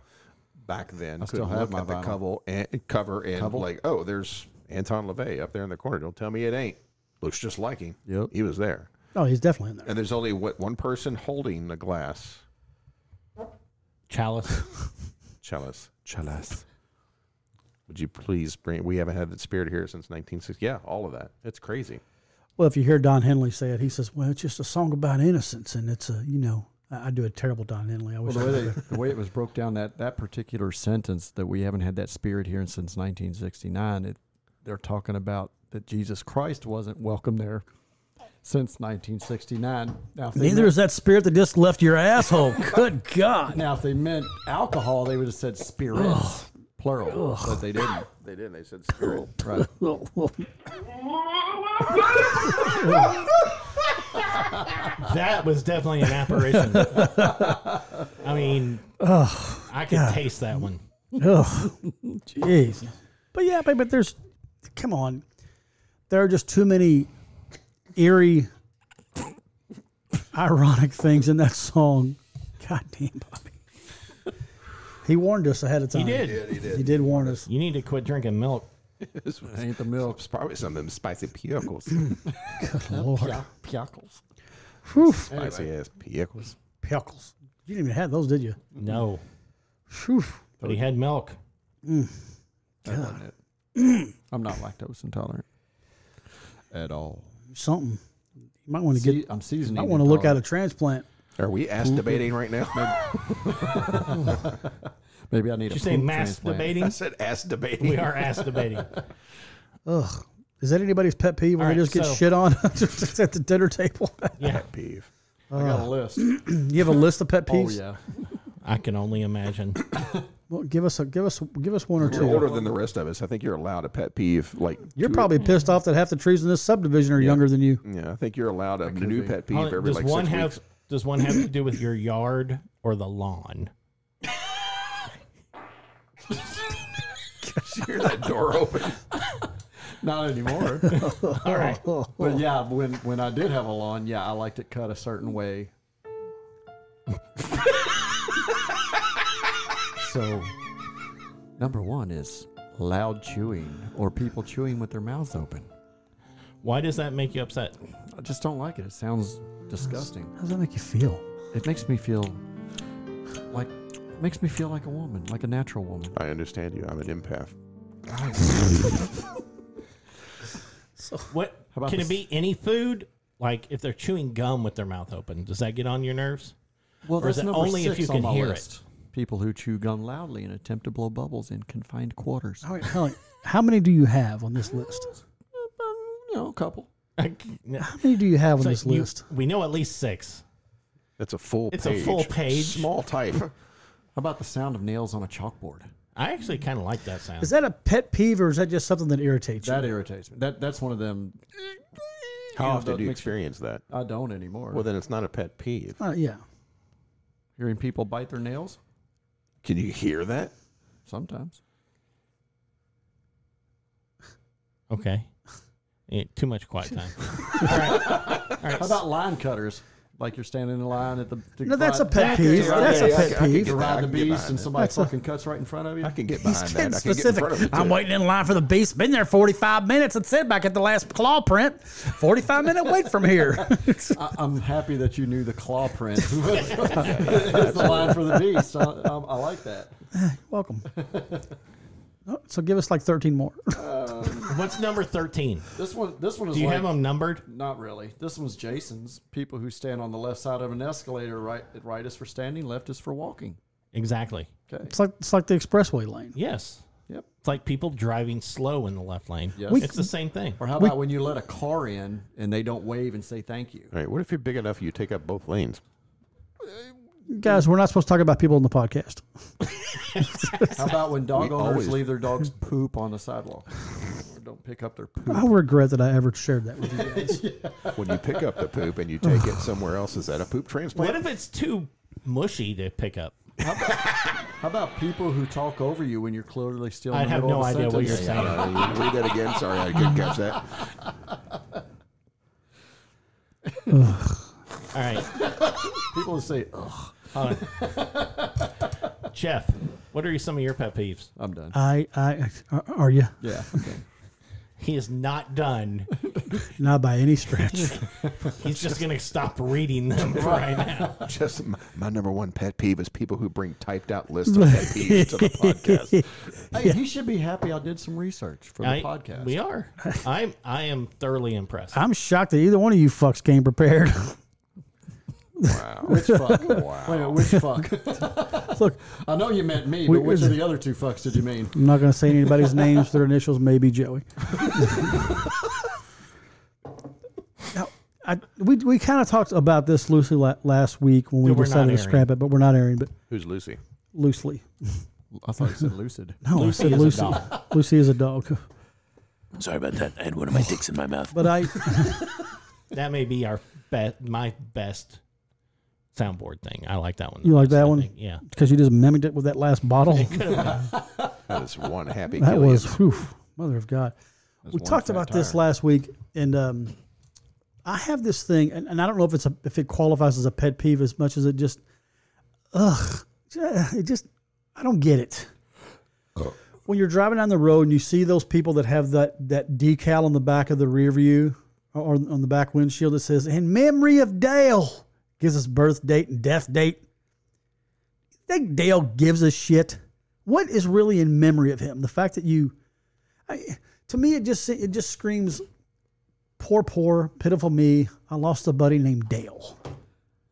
S4: back then could
S3: still
S4: look
S3: have my
S4: at the
S3: vinyl.
S4: cover and cover and
S3: Cover?
S4: like, oh, there's Anton LaVey up there in the corner. Don't tell me it ain't. Looks just like him.
S3: Yep.
S4: He was there.
S1: Oh, he's definitely in there.
S4: And there's only what one person holding the glass
S2: Chalice.
S4: chalice. Chalice. Would you please bring? We haven't had that spirit here since 1960. Yeah, all of that. It's crazy.
S1: Well, if you hear Don Henley say it, he says, "Well, it's just a song about innocence, and it's a you know." I I do a terrible Don Henley. I wish. I
S3: Well, the way
S1: could.
S3: they, the way it was broke down that that particular sentence that we haven't had that spirit here since 1969. It, they're talking about that Jesus Christ wasn't welcome there since 1969. Now, if they
S1: Neither
S3: meant,
S1: is that spirit that just left your asshole. <laughs> Good God!
S3: now if they meant alcohol, they would have said spirits, plural, but they didn't.
S4: They didn't. They said spirit.
S3: Right.
S2: that was definitely an apparition. I mean, I could taste that one.
S1: Oh, jeez. But yeah, but, but there's, come on, there are just too many eerie, ironic things in that song. God damn, Bobby. He warned us ahead of time.
S2: He did.
S1: He did warn us.
S2: You need to quit drinking milk.
S9: <coughs> This was-
S3: Ain't
S1: <laughs>
S3: the milk.
S9: It's probably some of them spicy pickles.
S1: Lord.
S3: Piackles.
S1: Whew.
S9: spicy ass pickles.
S1: Pickles. You didn't even have those, did you?
S2: No,
S1: Whew.
S2: but he had milk.
S3: That wasn't it. I'm not lactose intolerant at all.
S1: Something. You might want to
S3: See,
S1: get.
S3: I'm seasoning.
S1: I want to look at a transplant.
S4: Are we ass debating right now?
S3: intolerant. Maybe I need
S2: Did
S3: a
S2: you say
S3: poop
S4: <laughs> I
S2: masturbating?
S4: said ass
S2: <laughs>
S4: debating.
S2: we are ass debating.
S1: Ugh. Is that anybody's pet peeve when
S2: All
S1: they
S2: right,
S1: just get
S2: so-
S1: shit on <laughs> just at the dinner table?
S2: Yeah,
S9: Peeve.
S3: transplant. I got
S1: <laughs>
S3: a list.
S1: you have a list of pet
S3: oh
S1: peeves.
S3: yeah.
S2: I can only imagine.
S1: Well, give us a give us give us one or
S4: You're
S1: two.
S4: older than the rest of us. I think you're allowed a pet peeve. Like
S1: You're
S4: two-
S1: probably pissed off that half the trees in this subdivision are younger than you.
S4: Yeah, I think you're allowed a new
S3: be.
S4: pet peeve
S2: Does
S4: every like
S2: one
S4: six
S2: have
S4: weeks.
S2: Does one have to do with your yard or the lawn?
S4: Did you <laughs> hear that door open?
S3: Not <laughs> anymore.
S2: All right.
S3: but yeah, when when I did have a lawn, yeah, I liked it cut a certain way. <laughs> so, number one is loud chewing or people chewing with their mouths open.
S2: Why does that make you upset?
S3: I just don't like it. It sounds disgusting.
S1: How does that make you feel?
S3: It makes me feel like makes me feel like a woman, like a natural woman.
S4: I understand you. I'm an empath.
S2: What
S3: about
S2: can
S3: this-
S2: it be? Any food? Like if they're chewing gum with their mouth open, does that get on your nerves?
S3: Well,
S2: Or is
S3: that's
S2: it
S3: number
S2: only if
S3: six
S2: you
S3: on
S2: can
S3: my
S2: hear
S3: list. People who chew gum loudly and attempt to blow bubbles in confined quarters.
S1: All right, Helen, how many do you have on this list?
S3: um, You know, a couple.
S2: I-
S1: How many do you have on
S2: It's
S1: this
S2: like you-
S1: list?
S2: we know at least six.
S4: That's a full.
S2: It's a
S4: page.
S2: full page. <laughs>
S4: Small type.
S3: How about the sound of nails on a chalkboard?
S2: I actually kind of like that sound.
S1: Is that a pet peeve or is that just something that irritates you?
S3: That irritates me. That that's one of them.
S9: How
S3: know,
S9: often
S3: that
S9: do you
S3: makes-
S9: experience that?
S3: I don't anymore.
S9: Well, then it's not a pet peeve.
S1: Uh, yeah.
S3: Hearing people bite their nails
S4: Can you hear that?
S3: sometimes. <laughs>
S2: okay. Yeah, too much quiet time.
S3: How about line cutters? Like you're standing in line at the. the
S1: No, that's a
S3: ride-
S1: pet peeve.
S4: okay,
S1: That's
S4: okay,
S1: a
S4: I
S1: pet
S4: can
S1: peeve.
S4: get
S3: You
S4: I
S3: ride the
S4: can get
S3: beast
S4: behind
S3: and
S4: that.
S1: <laughs>
S3: somebody fucking cuts right in front of you.
S4: I can get behind that. I can
S1: specific.
S4: get in front of it.
S1: I'm
S4: too.
S1: waiting in line for the beast. Been there 45 minutes and said back at the last claw print, 45 minute wait from
S4: <laughs>
S1: here.
S3: I, I'm happy that you knew the claw print. <laughs> It's the line for the beast. I, um, I like that.
S1: Welcome. Oh, so give us like 13 more.
S2: <laughs> What's number thirteen?
S3: This one. This one is.
S2: Do you
S3: like,
S2: have them numbered?
S3: Not really. This one's Jason's. People who stand on the left side of an escalator, right right is for standing, left is for walking.
S2: Exactly.
S3: Okay.
S1: It's like it's like the expressway lane.
S2: Yes.
S3: Yep.
S2: It's like people driving slow in the left lane.
S3: Yes. We-
S2: It's the same thing.
S3: Or how about when you let a car in and they don't wave and say thank you?
S9: All right. What if you're big enough? You take up both lanes.
S1: Guys, we're not supposed to talk about people on the podcast.
S3: How about when dog
S4: We
S3: owners
S4: always-
S3: leave
S2: <laughs>
S3: their dogs poop on the sidewalk? Or don't pick up their poop.
S1: I regret that I ever shared that with you guys.
S4: When you pick up the poop and you take it somewhere else, is that a poop transplant?
S2: What if it's too mushy to pick up?
S3: How about people who talk over you when you're clearly still in
S2: I
S3: the
S2: have
S3: middle
S2: no
S3: of a
S2: idea what you're
S3: sentence?
S2: saying.
S4: Uh, read that again. Sorry, I couldn't catch that.
S2: All right.
S3: <laughs> People who say, ugh,
S2: Hold on. Jeff, what are some of your pet peeves? <laughs>
S3: I'm done.
S1: I, I, are- are you?
S3: Yeah.
S2: He is not done.
S1: Not by any stretch.
S2: He's just going to stop reading them <laughs> right now.
S4: <laughs> Just my, my number one pet peeve is people who bring typed out lists of pet
S2: <laughs>
S4: peeves to the podcast.
S3: Hey, he should be happy I did some research for the
S2: I-
S3: podcast.
S2: We are. I'm. I am thoroughly impressed.
S1: <laughs> I'm shocked that either one of you fucks came prepared.
S3: Which fuck? <laughs> wow. Wait a minute, which
S1: <laughs>
S3: fuck?
S1: Look,
S3: I know you meant me,
S1: We-
S3: but which of the other two fucks did you mean?
S1: I'm not going to say anybody's names. Their initials may be <laughs> Joey. now, I, we we kind of talked about this loosely la- last week when we
S2: No, we're not
S1: decided to
S2: airing.
S1: scrap it, but we're not airing, but
S9: Who's Lucy?
S1: loosely.
S3: I thought you said lucid.
S1: No, I said Lucy. Lucy is a dog.
S10: Sorry about that. I had one of my dicks in my mouth.
S1: But <laughs> I,
S2: That may be our best. My best soundboard thing. I like that one.
S1: You like that
S2: I
S1: one?
S2: think, Yeah.
S1: because you just mimicked it with that last <laughs> bottle.
S4: That is one happy.
S1: That
S4: Gillian.
S1: was, whew, mother of God. we talked about this last week, and um, I have this thing, and, and I don't know if it's a, if it qualifies as a pet peeve as much as it just, ugh, it just I don't get it. when you're driving down the road and you see those people that have that that decal on the back of the rear view or on the back windshield that says "In memory of Dale," gives us birth date and death date. Think Dale gives a shit? What is really in memory of him? The fact that you, I, to me, it just it just screams, "Poor, poor, pitiful me. I lost a buddy named Dale."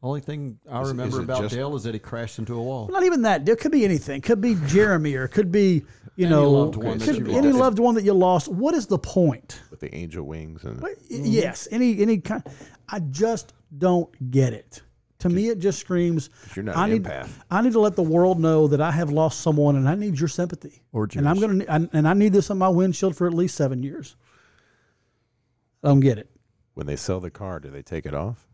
S3: Only thing I
S11: Is-
S3: remember
S11: is it
S3: about
S11: just-
S3: Dale is that he crashed into a wall.
S1: Not even that. It could be anything. Could be Jeremy, or could be you
S3: Any
S1: know,
S3: loved one that
S1: could,
S3: you
S1: be any
S3: lost.
S1: loved one that you lost. What is the point?
S4: with the angel wings and
S1: But y- yes, any any kind. I just don't get it. To me, it just screams.
S4: you're not
S1: I
S4: an
S1: need.
S4: empath.
S1: I need to let the world know that I have lost someone, and I need your sympathy.
S3: Or
S1: and I'm gonna and, and I need this on my windshield for at least seven years. I don't get it.
S4: when they sell the car, do they take it off?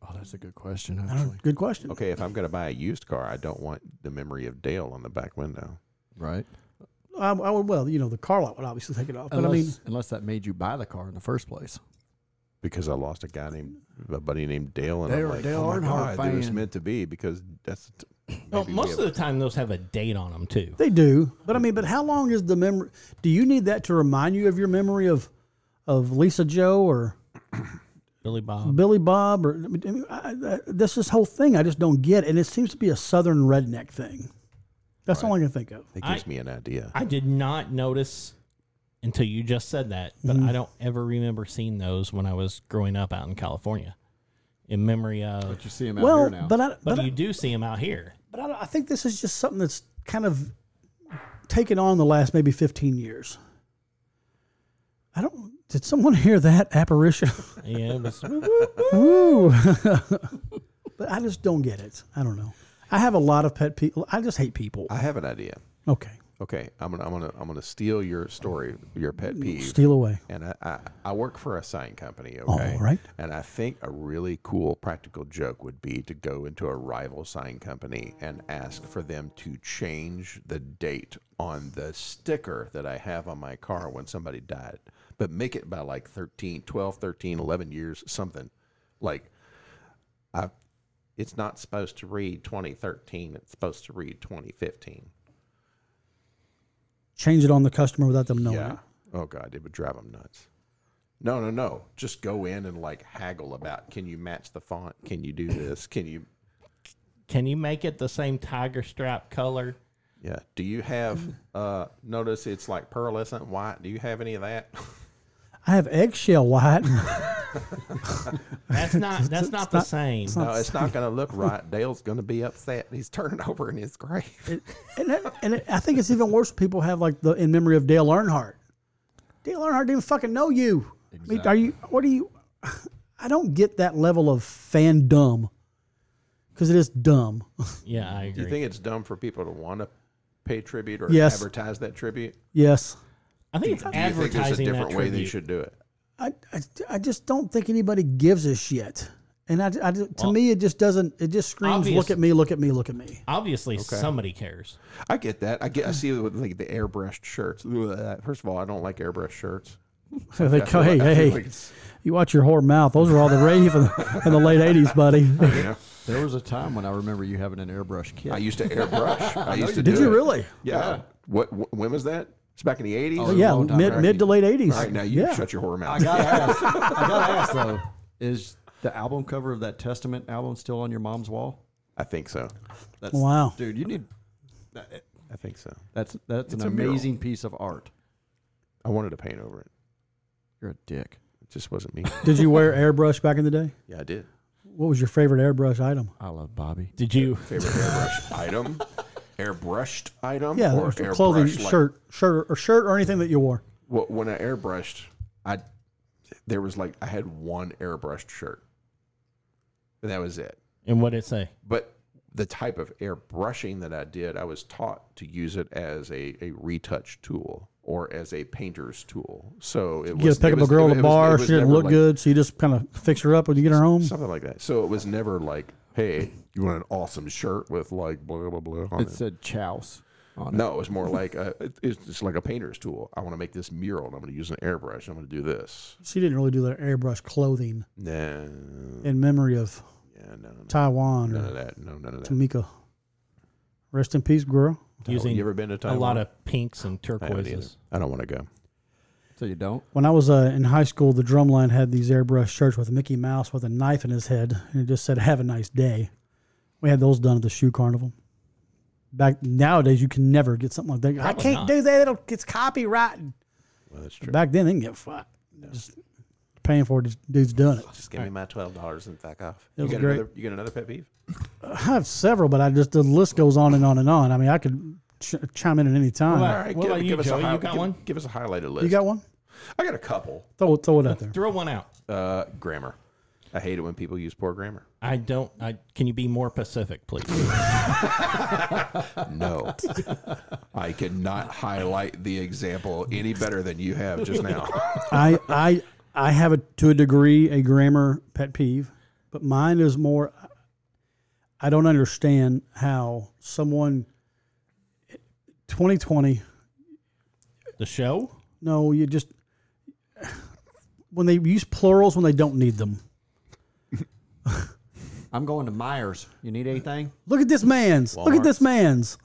S3: Oh, that's a good question.
S1: I
S3: Actually,
S1: don't, good question.
S4: Okay, if I'm going to buy a used car, I don't want the memory of Dale on the back window.
S3: right?
S1: I, I would, well, you know, the car lot would obviously take it off, but
S3: Unless,
S1: I mean,
S3: unless that made you buy the car in the first place.
S4: because I lost a guy named a buddy named Dale, and
S3: Dale-
S4: I'm like,
S3: Dale
S4: oh my
S3: Earnhardt
S4: god, it was
S3: fan.
S4: meant to be because that's
S2: Well,
S4: maybe we
S2: most of
S4: have-
S2: the time, those have a date on them too.
S1: They do, but I mean, but how long is the memory? Do you need that to remind you of your memory of of Lisa Joe or
S2: Billy Bob.
S1: Billy Bob or I mean, I, I, this this whole thing? I just don't get, and it seems to be a Southern redneck thing. That's all I can think of.
S4: that
S2: I-
S4: gives me an idea.
S2: I did not notice until you just said that, but I don't ever remember seeing those when I was growing up out in California. In memory of,
S3: But you see him out
S1: well,
S3: here now.
S1: but I, but
S2: but,
S1: I,
S2: you do see them out here.
S1: but I, don't- I think this is just something that's kind of taken on the last maybe fifteen years. I don't. Did someone <laughs> hear that apparition?
S2: Yeah, it was-
S1: Ooh. <laughs> but I just don't get it. I don't know. I have a lot of pet people. I just hate people.
S4: I have an idea.
S1: Okay.
S4: Okay, I'm gonna I'm gonna I'm gonna steal your story, your pet
S2: Mm,
S4: peeve.
S1: Steal away.
S4: and I, I, I work for a sign company, okay?
S1: right.
S4: And I think a really cool practical joke would be to go into a rival sign company and ask for them to change the date on the sticker that I have on my car when somebody died, but make it by like 13, 12, 13, 11 years, something. Like, I, it's not supposed to read 2013, it's supposed to read 2015.
S1: Change it on the customer without them knowing
S4: Yeah.
S1: it.
S4: Oh god, it would drive them nuts. No, no, no. Just go in and like haggle about. Can you match the font? Can you do this? Can
S2: <laughs>
S4: you?
S2: Can you make it the same tiger stripe color?
S4: Yeah. Do you have? uh Notice it's like pearlescent white. Do you have any
S2: <laughs>
S4: of that?
S1: I have eggshell white. <laughs>
S2: That's not. That's not the same.
S4: no, it's not going to look right. Dale's going to be upset. He's turning <laughs> over in his grave.
S1: and that, and it, I think it's even worse when people have like the in memory of Dale Earnhardt. Dale Earnhardt didn't even fucking know you. I mean, are you? What are you? <sighs> I don't get that level of fandom because it is dumb. <laughs>
S2: Yeah, I
S4: Do you
S2: agree.
S4: think it's dumb for people to want to pay tribute or
S1: Yes.
S4: advertise that tribute?
S1: yes,
S2: I think it's
S4: Do you think there's a
S2: advertising that
S4: different way they
S2: tribute.
S4: should do it?
S1: I, I, I just don't think anybody gives a shit. And I, I to
S2: Well,
S1: me, it just doesn't. It just screams, "Look
S2: obvious-
S1: at me! Look at me! Look at me!"
S2: Obviously, somebody cares.
S4: I get that. I get. I see it with like the airbrushed shirts. Ugh. First of all, I don't like airbrushed shirts.
S1: they
S4: <laughs> I
S1: go,
S4: feel
S1: "Hey,
S4: like- I feel
S1: hey,
S4: like
S1: hey!
S4: it's-
S1: You watch your whore mouth. Those were all the rave in, in the late '80s, buddy."
S4: you know?
S3: there was a time when I remember you having an airbrush kit.
S4: I used to airbrush. <laughs> I, used
S1: <laughs>
S4: to.
S1: Did
S4: do
S1: you
S4: it.
S1: really?
S4: Yeah. What? wh- When was that? It's back in the eighties.
S3: Oh,
S1: Yeah,
S3: long time
S1: mid
S3: back.
S1: mid to late '80s.
S4: All right, now you
S1: yeah.
S4: shut your horror mouth.
S3: I gotta ask. I gotta ask though. Is the album cover of that Testament album still on your mom's wall?
S4: I think so.
S3: That's,
S1: Wow.
S3: dude, you need.
S4: I think so.
S3: That's that's
S4: It's
S3: an
S4: a mural.
S3: amazing piece of art.
S4: I wanted to paint over it.
S3: You're a dick.
S4: It just wasn't me.
S1: Did you wear airbrush back in the day?
S4: <laughs> yeah, I did.
S1: What was your favorite airbrush item?
S3: I love Bobby.
S2: Did you?
S4: Favorite airbrush item. Airbrushed item.
S1: Yeah,
S4: or
S1: or clothing,
S4: airbrushed, like,
S1: shirt, shirt, or shirt, or anything that you wore.
S4: wh- when I airbrushed, I there was like I had one airbrushed shirt, and that was it.
S2: And what did it say?
S9: Oh,
S4: but the type of airbrushing that I did, I was taught to use it as a, a retouch tool or as a painter's tool. So it
S1: You
S4: was
S1: get to pick
S4: it
S1: up a
S4: was-
S1: girl
S4: it
S1: at a
S4: was- it
S1: bar.
S4: was
S1: She didn't
S4: never
S1: look
S4: like-
S1: good, so you just kind of fix her up when you get her home.
S4: something like that. So it was never like, hey, you want an awesome shirt with like blah blah blah on
S3: It
S4: it.
S3: said Chouse. on it.
S4: No, it was more like a, it- it's just like a painter's tool. I want to make this mural, and I'm going to use an airbrush. I'm going to do this.
S1: She didn't really do that airbrush clothing
S4: Nah,
S1: in memory of
S4: yeah, no, no,
S1: Taiwan
S4: none
S1: or
S4: of that. No, none of that.
S1: Tamika. Rest in peace, girl.
S2: using
S9: you ever been to
S2: a lot
S9: Taiwan?
S2: of pinks and
S9: I haven't either.
S2: turquoises.
S9: I don't want to go.
S3: So you don't?
S1: When I was uh, in high school, the drumline had these airbrush shirts with Mickey Mouse with a knife in his head, and it just said "Have a nice day." We had those done at the shoe carnival. Back nowadays, you can never get something like that. I
S2: Probably
S1: can't
S2: not.
S1: do that; it'll it's copyright.
S9: Well, that's true.
S1: Back then, they didn't get fucked. Just paying for it, just- dude's done it.
S9: Just give me my twelve dollars and back off.
S1: It
S9: you
S1: was
S9: got
S1: great.
S9: another. You got another pet peeve?
S1: I have several, but I just the list goes on and on and on. I mean, I could ch- chime in at any time.
S2: All right, what
S9: give,
S2: about you,
S9: give us a
S2: Joey? You
S9: high-
S2: got
S9: give-
S2: one?
S9: Give us a highlighted list.
S1: You got one?
S9: I got a couple.
S1: Throw throw it out there.
S2: Throw one out.
S9: Uh, grammar. I hate it when people use poor grammar.
S2: I don't. I can you be more specific,
S9: <laughs>
S2: please? <laughs>
S9: No,
S4: I cannot highlight the example any better than you have just now.
S1: I I I have a to a degree a grammar pet peeve, but mine is more. I don't understand how someone. 2020.
S2: the show.
S1: No, you just when they use plurals when they don't need them.
S3: I'm going to Myers. You need anything?
S1: Look at this man's. Look at this man's.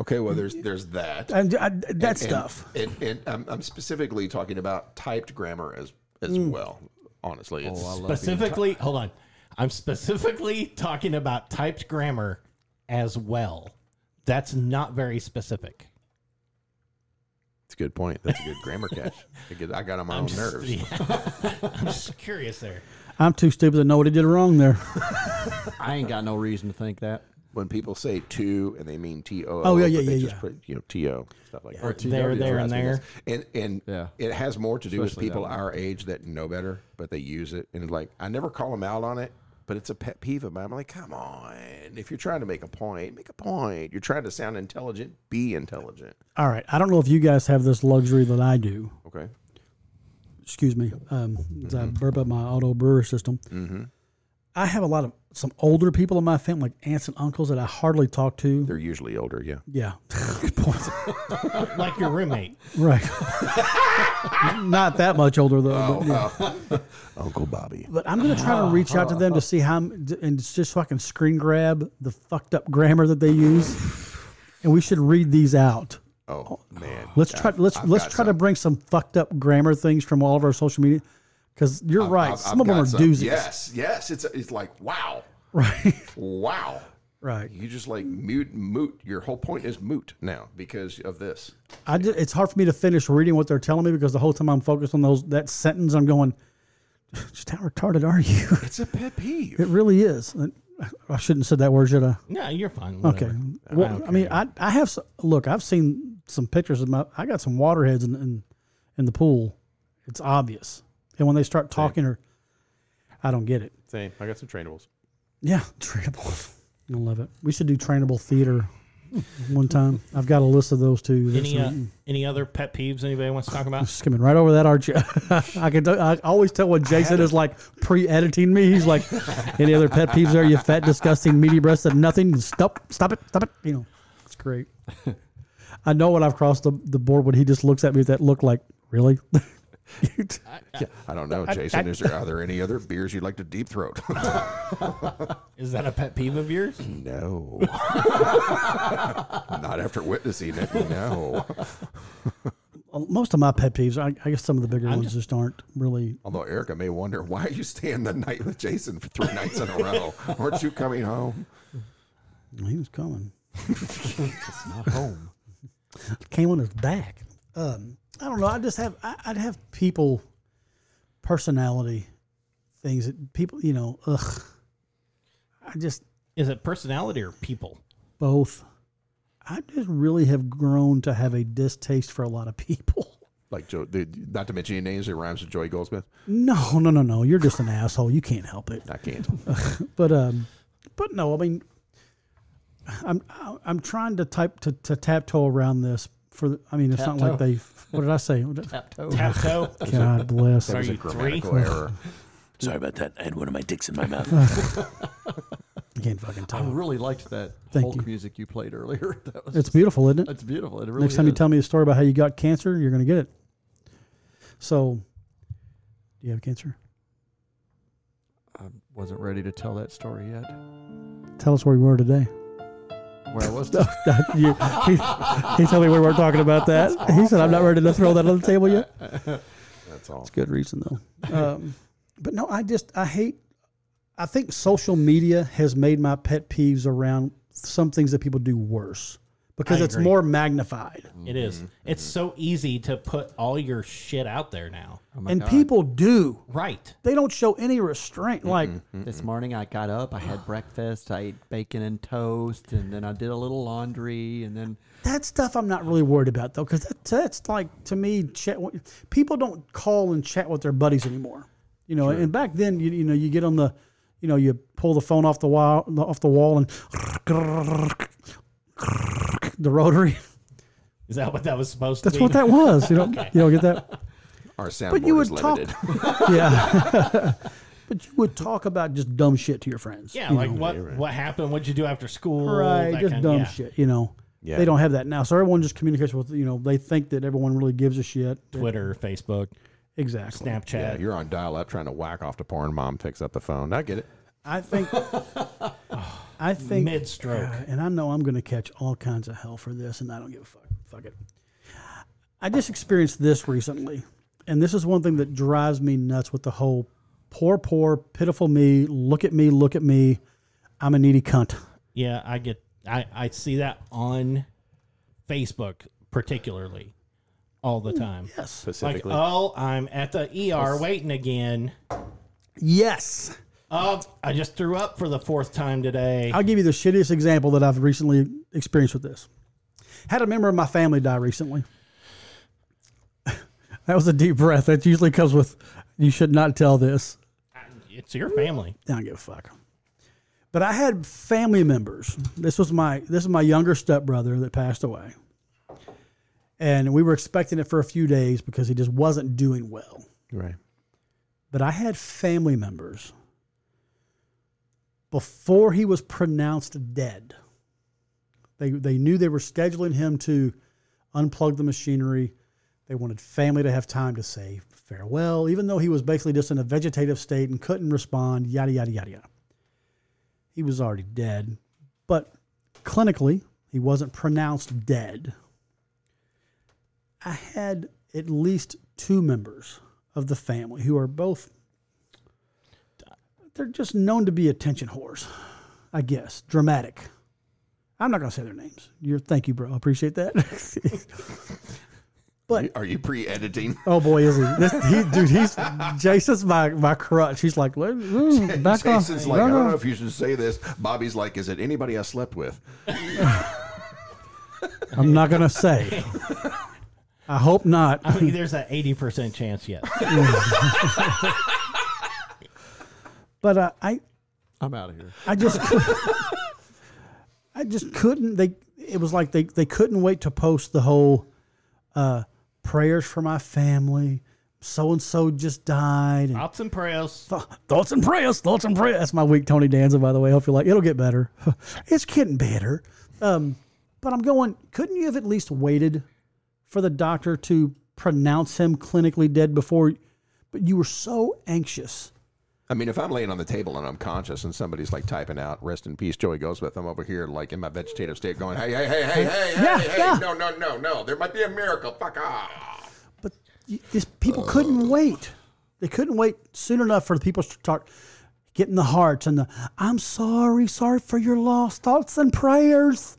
S4: okay, well, there's there's that
S1: And I, that
S4: And-
S1: stuff.
S4: and, and I'm, I'm specifically talking about typed grammar as as
S2: Mm.
S4: well.
S9: honestly,
S2: Oh,
S9: it's
S2: Specifically, hold on. I'm specifically talking about typed grammar as well. That's not very specific.
S9: it's a good point. That's a good grammar catch. I get- I got on my own
S2: just-
S9: nerves.
S2: yeah. I'm
S9: <laughs>
S2: just curious there.
S1: I'm too stupid to know what he did wrong there.
S3: I ain't got no reason to think that.
S9: When people say to and they mean to,
S1: Oh, yeah, yeah,
S9: they
S1: yeah,
S9: just
S1: yeah.
S9: put you know to stuff like that.
S2: There, there, and there.
S4: And and
S3: Yeah.
S4: it has more to do
S3: Especially
S4: with people
S3: that one.
S4: our age that know better, but they use it and like I never call them out on it, but it's a pet peeve of mine. I'm like, come on, if you're trying to make a point, make a point. You're trying to sound intelligent, be intelligent.
S1: All right. I don't know if you guys have this luxury that I do.
S4: Okay,
S1: excuse me, um, as I burp up my auto brewer system. I have a lot of some older people in my family, like aunts and uncles that I hardly talk to.
S9: They're usually older. Yeah,
S1: yeah, good point.
S2: Like your roommate.
S1: right. Not that much older though. but, yeah.
S9: Uncle Bobby.
S1: but I'm gonna try to reach out to them to see how, I'm- and it's just so I can screen grab the fucked up grammar that they use, and we should read these out.
S9: Oh man,
S1: Let's try. Let's let's try to bring some fucked up grammar things from all of our social media, because you're right.
S4: I've-
S1: some
S4: I've
S1: of them
S4: got
S1: are doozies.
S4: Yes, yes. It's it's like wow,
S1: <laughs> Right.
S4: wow.
S1: Right.
S4: You just like mute moot. Your whole point is moot now because of this.
S1: I ju- it's hard for me to finish reading what they're telling me because the whole time I'm focused on those that sentence, I'm going, just how retarded are you? <laughs>
S4: It's a pet peeve.
S1: it really is. And I shouldn't have said that word, should I?
S2: No, you're fine.
S1: Okay.
S2: whatever.
S1: Well, I mean, I, I have s- look. I've seen some pictures of my. I got some waterheads in in, in the pool. It's obvious, and when they start talking, or I don't get it.
S9: same. I got some trainables.
S1: Yeah, trainable. <laughs> I love it. We should do trainable theater one time. I've got a list of those too. That's
S2: Any uh,
S1: a-
S2: any other pet peeves anybody wants to talk
S9: <laughs>
S2: about?
S1: skimming right over that, aren't you? <laughs> I can tell, I always tell when Jason is like pre-editing me. He's like, any other pet peeves there? You fat, disgusting, meaty breasted nothing. Stop, stop it, stop it. You know, it's great. I know when I've crossed the, the board when he just looks at me with that look like, really? <laughs>
S4: I don't know, Jason. is there are there any other beers you'd like to deep throat?
S2: Is that a pet peeve of yours?
S9: No,
S4: <laughs> Not after witnessing it. No.
S1: Most of my pet peeves, I, I guess some of the bigger ones just aren't really.
S4: Although Erica may wonder why are you staying the night with Jason for three nights in a row? Aren't you coming home?
S1: He was coming. it's not home. <laughs> Came on his back. Um, I don't know. I just have I, I'd have people, personality, things that people you know. Ugh. I just
S2: Is it personality or people?
S1: both. I just really have grown to have a distaste for a lot of people. <laughs>
S9: like Joe. Dude,
S4: Not to mention any names. It rhymes with Joey Goldsmith.
S1: No, no, no, no. You're just an asshole. You can't help it.
S9: I can't.
S1: But um, but no, I mean, I'm I'm trying to type to, to tiptoe around this for. The, I mean, it's not like they. What did I say?
S9: <laughs>
S2: Tap toe?
S1: God bless.
S2: Are you three?
S9: Grammatical error.
S10: Sorry about that. I had one of my dicks in my mouth.
S1: I can't fucking
S3: I
S1: tell.
S3: really liked that
S1: Thank
S3: folk
S1: you.
S3: music you played earlier. <laughs> That was
S1: It's beautiful, isn't it?
S3: that's beautiful. It really
S1: Next time you
S3: is.
S1: tell me a story about how you got cancer, you're gonna get it. So, do you have cancer?
S3: I wasn't ready to tell that story yet.
S1: <laughs> Tell us where you were today.
S3: Where was that?
S1: You- he, he told me we weren't talking about that. He said, I'm not ready to throw that on the table yet.
S9: <laughs> That's all.
S1: It's good reason though. Um, but no, I just I hate. I think social media has made my pet peeves around some things that people do worse because
S2: I
S1: it's
S2: agree.
S1: more magnified,
S2: It is. It's so easy to put all your shit out there now.
S1: and people do.
S2: Right.
S1: They don't show any restraint. Like
S9: Mm-hmm.
S3: This morning I got up,
S1: <sighs>
S3: I had breakfast, I ate bacon and toast, and then I did a little laundry, and then
S1: that stuff, I'm not really worried about though, because that, that's like to me, chat. People don't call and chat with their buddies anymore. You know, and back then, you, you know, you get on the, you know, you pull the phone off the wall, off the wall, and the rotary. <laughs>
S2: Is that what that was supposed
S1: That's
S2: to be?
S1: what that was. You don't you don't
S2: <laughs>
S1: get that.
S4: Our soundboard
S1: But you
S4: is
S1: would talk.
S4: limited.
S1: yeah. <laughs> but you would talk about just dumb shit to your friends.
S2: yeah,
S1: you
S2: like
S1: know?
S2: what what happened? What'd you do after school?
S1: right,
S2: that
S1: just
S2: kind-
S1: dumb
S2: yeah.
S1: shit. You know.
S9: Yeah.
S1: They don't have that now, so everyone just communicates with you know. They think that everyone really gives a shit.
S2: Twitter, Facebook,
S1: Exactly.
S9: Yeah,
S2: Snapchat.
S9: you're on dial up trying to whack off to porn mom picks up the phone. I get it.
S1: I <laughs> think. I think
S2: Mid stroke.
S1: and I know I'm going to catch all kinds of hell for this, and I don't give a fuck. Fuck it. I just experienced this recently, and this is one thing that drives me nuts with the whole poor, poor, pitiful me, look at me, look at me, I'm a needy cunt.
S2: Yeah, I get I, I see that on Facebook particularly all the time.
S1: Hmm, Yes.
S2: Like,
S9: Specifically,
S2: oh, I'm at the ER waiting again.
S1: Yes.
S2: Oh, I just threw up for the fourth time today.
S1: I'll give you the shittiest example that I've recently experienced with this. Had a member of my family die recently. <laughs> that was a deep breath. That usually comes with, you should not tell this.
S2: It's your family.
S1: I don't give a fuck. But I had family members. This was my this is my younger stepbrother that passed away. And we were expecting it for a few days because he just wasn't doing well.
S9: right?
S1: But I had family members before he was pronounced dead. They they knew they were scheduling him to unplug the machinery. They wanted family to have time to say farewell, even though he was basically just in a vegetative state and couldn't respond, yada yada yada yada. He was already dead, but clinically he wasn't pronounced dead. I had at least two members of the family who are both they're just known to be attention whores, I guess. Dramatic. I'm not gonna say their names. You're thank you, bro. I appreciate that. <laughs> But-
S4: Are
S1: <laughs>
S4: you pre-editing?
S1: oh boy, is he? This, he dude, he's Jason's my, my crutch. He's like, "Let- mm, back off.
S4: Jason's like,
S1: No,
S4: I
S1: no."
S4: don't know if you should say this. Bobby's like, is it anybody I slept with?
S1: I'm not gonna say. I hope not.
S2: I mean, there's that 80% chance
S1: <laughs>
S2: yet.
S1: But uh, I
S3: I'm out of here.
S1: I just I just couldn't they it was like they, they couldn't wait to post the whole uh, prayers for my family. So and so just died. And
S2: Thoughts and prayers.
S1: th- Uh, thoughts and prayers, thoughts and prayers. That's my weak Tony Danza, by the way. I hope you like it'll get better. <laughs> it's getting better. Um, but I'm going, couldn't you have at least waited for the doctor to pronounce him clinically dead before but you were so anxious.
S9: I mean, if I'm laying on the table and I'm conscious and somebody's like typing out "Rest in peace, Joey Goldsmith," I'm over here like in my vegetative state, going, "Hey, hey, hey, hey, hey,
S1: Yeah,
S9: hey, hey!
S1: yeah.
S9: No, no, no, no! There might be a miracle. Fuck off!"
S1: But you- these people
S2: Uh.
S1: couldn't wait. They couldn't wait soon enough for the people to start getting the hearts and the "I'm sorry, sorry for your loss," thoughts and prayers,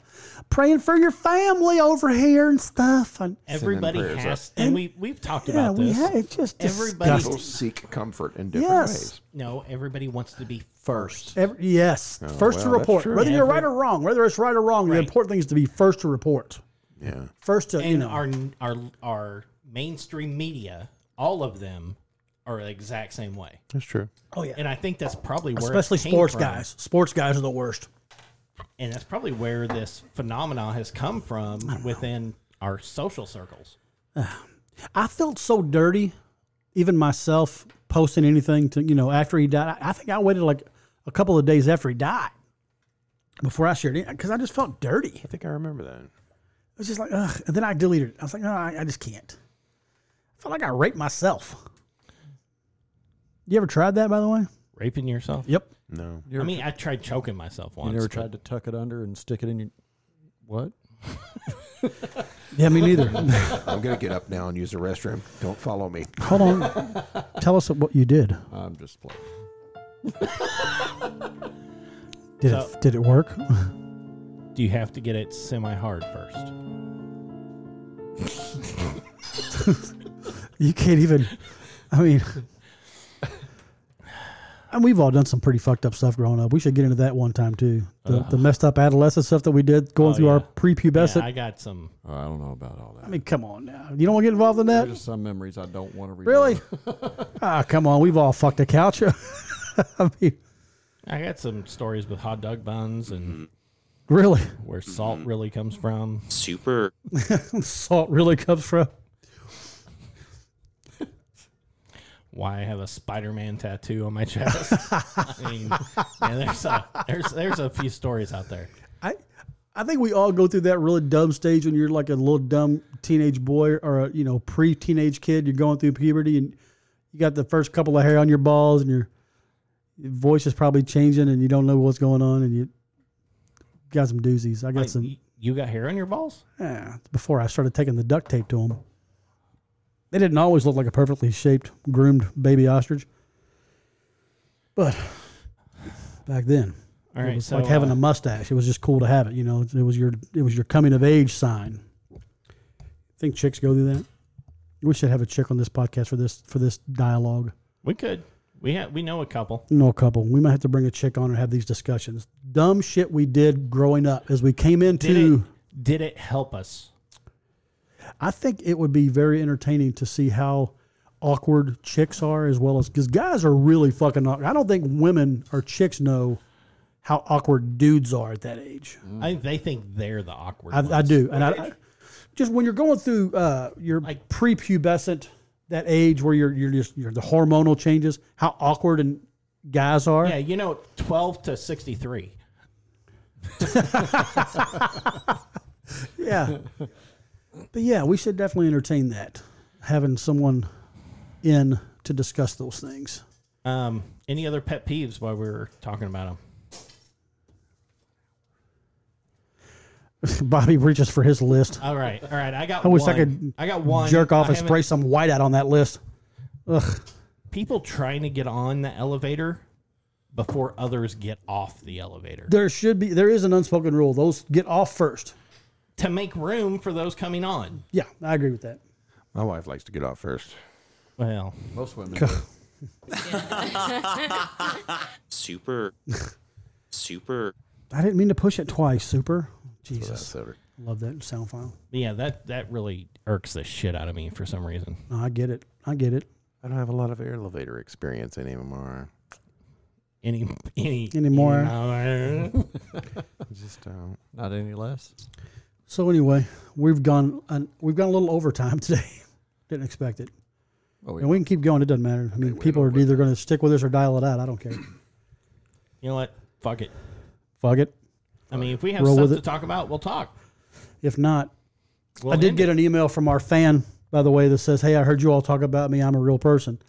S1: praying for your family over here and stuff. And
S2: Everybody
S9: prayers
S2: has, and, we we've talked
S1: yeah,
S2: about
S1: we
S2: this.
S1: had it just
S2: Everybody-
S1: disgusting.
S9: People seek comfort in different
S1: Yes.
S9: ways.
S2: no, everybody wants to be first.
S1: Every,
S2: Oh,
S1: yes, first to
S9: well, that's
S1: report.
S9: true.
S1: Whether you're
S2: Every-
S1: right or wrong, whether it's right or wrong, the
S2: Right.
S1: important thing is to be first to report.
S9: Yeah,
S1: First to you
S2: And
S1: know.
S2: our our our mainstream media, all of them are the exact same way.
S9: that's true.
S1: oh yeah,
S2: And I think that's probably where it
S1: especially
S2: came
S1: sports
S2: from.
S1: guys. Sports guys are the worst.
S2: And that's probably where this phenomenon has come from within our social circles.
S1: I felt so dirty, even myself posting anything to you know after he died. I, I think I waited like a couple of days after he died before I shared it because I just felt dirty.
S9: I think I remember that.
S1: It was just like ugh, and then I deleted it. I was like, no, I, I just can't. I felt like I raped myself. You ever tried that, by the way?
S2: Raping yourself.
S1: Yep.
S9: No,
S2: I mean, I tried choking myself once.
S3: You never
S2: but
S3: tried to tuck it under and stick it in your
S2: What?
S1: Yeah, me
S9: <laughs>
S1: neither.
S9: I'm gonna get up now and use the restroom. Don't follow me.
S1: Hold on. Tell us what you did.
S9: I'm just playing.
S1: Did
S2: So-
S1: it did it work?
S2: Do you have to get it semi hard first?
S1: You can't even. I mean, and we've all done some pretty fucked up stuff growing up. We should get into that one time too. The, the messed up adolescent stuff that we did going
S2: Oh,
S1: through our
S2: yeah.
S1: prepubescent.
S2: Yeah, I got some.
S9: Uh, I don't know about all that.
S1: I mean, come on now. You don't want to get involved in that?
S3: There's some memories I don't want to relive.
S2: <laughs>
S1: Really? ah, come on. We've all fucked a couch. <laughs> I mean,
S2: I got some stories with hot dog buns and
S1: really?
S2: where salt really comes from.
S5: super,
S1: Salt really comes from.
S2: Why I have a Spider Man tattoo on my <laughs> chest. I mean, yeah, there's a there's there's a few stories out there.
S1: I I think we all go through that really dumb stage when you're like a little dumb teenage boy or a you know pre teenage kid. You're going through puberty and you got the first couple of hair on your balls and your, your voice is probably changing and you don't know what's going on and you got some doozies. I got
S2: Like,
S1: some
S2: y- you got hair on your balls?
S1: eh, before I started taking the duct tape to them. They didn't always look like a perfectly shaped, groomed baby ostrich, but back then
S2: All
S1: it
S2: right,
S1: was
S2: so
S1: like having
S2: uh,
S1: a mustache. It was just cool to have it. You know, it was your it was your coming of age sign. Think chicks go through that? We should have a chick on this podcast for this for this dialogue.
S2: we could we ha- we know a couple.
S1: No couple. We might have to bring a chick on and have these discussions. Dumb shit we did growing up as we came
S2: Did
S1: into.
S2: it did it help us?
S1: I think it would be very entertaining to see how awkward chicks are as well as because guys are really fucking awkward. I don't think women or chicks know how awkward dudes are at that age.
S2: I think they think they're the awkward.
S1: I, I
S2: ones.
S1: do, and I, I- just when you're going through uh, your
S2: Like-
S1: prepubescent that age where you're you're just you're the hormonal changes, how awkward and guys are.
S2: Yeah, you know, twelve to sixty three. <laughs>
S1: Yeah. but yeah, we should definitely entertain that, having someone in to discuss those things. <laughs>
S2: Um, any other pet peeves while we were talking about them?
S1: Bobby reaches for his list.
S2: All right, all right. I got.
S1: I wish I
S2: one.
S1: could
S2: I got one.
S1: Jerk off
S2: I
S1: and
S2: haven't-
S1: spray some white out on that list.
S2: People trying to get on the elevator before others get off the elevator
S1: There should be there is an unspoken rule. Those get off first.
S2: to make room for those coming on.
S1: Yeah, I agree with that.
S9: My wife likes to get off first.
S2: Well,
S3: Most women.
S5: super, super.
S1: I didn't mean to push it twice, super. Jesus.
S9: That's over.
S1: Love that sound file.
S2: yeah, that that really irks the shit out of me for some reason.
S1: No, I get it. I get it.
S9: I don't have a lot of elevator experience anymore.
S2: Any any uh,
S1: Anymore.
S2: anymore.
S9: I just don't.
S3: Not any less.
S1: So anyway, we've gone an, we've gone a little overtime <laughs> today. Didn't expect it,
S3: Oh,
S1: and we can keep going. It doesn't matter. I mean, people are either going to stick with us or dial it out. I
S2: <clears throat>
S1: don't care.
S2: You know what? Fuck it.
S1: Fuck it.
S2: I mean, if we have
S1: Roll
S2: stuff
S1: with
S2: to
S1: it.
S2: talk about, we'll talk.
S1: If not,
S2: We'll
S1: I did
S2: end
S1: get
S2: it.
S1: an email from our fan, by the way, that says, "Hey, I heard you all talk about me. I'm a real person."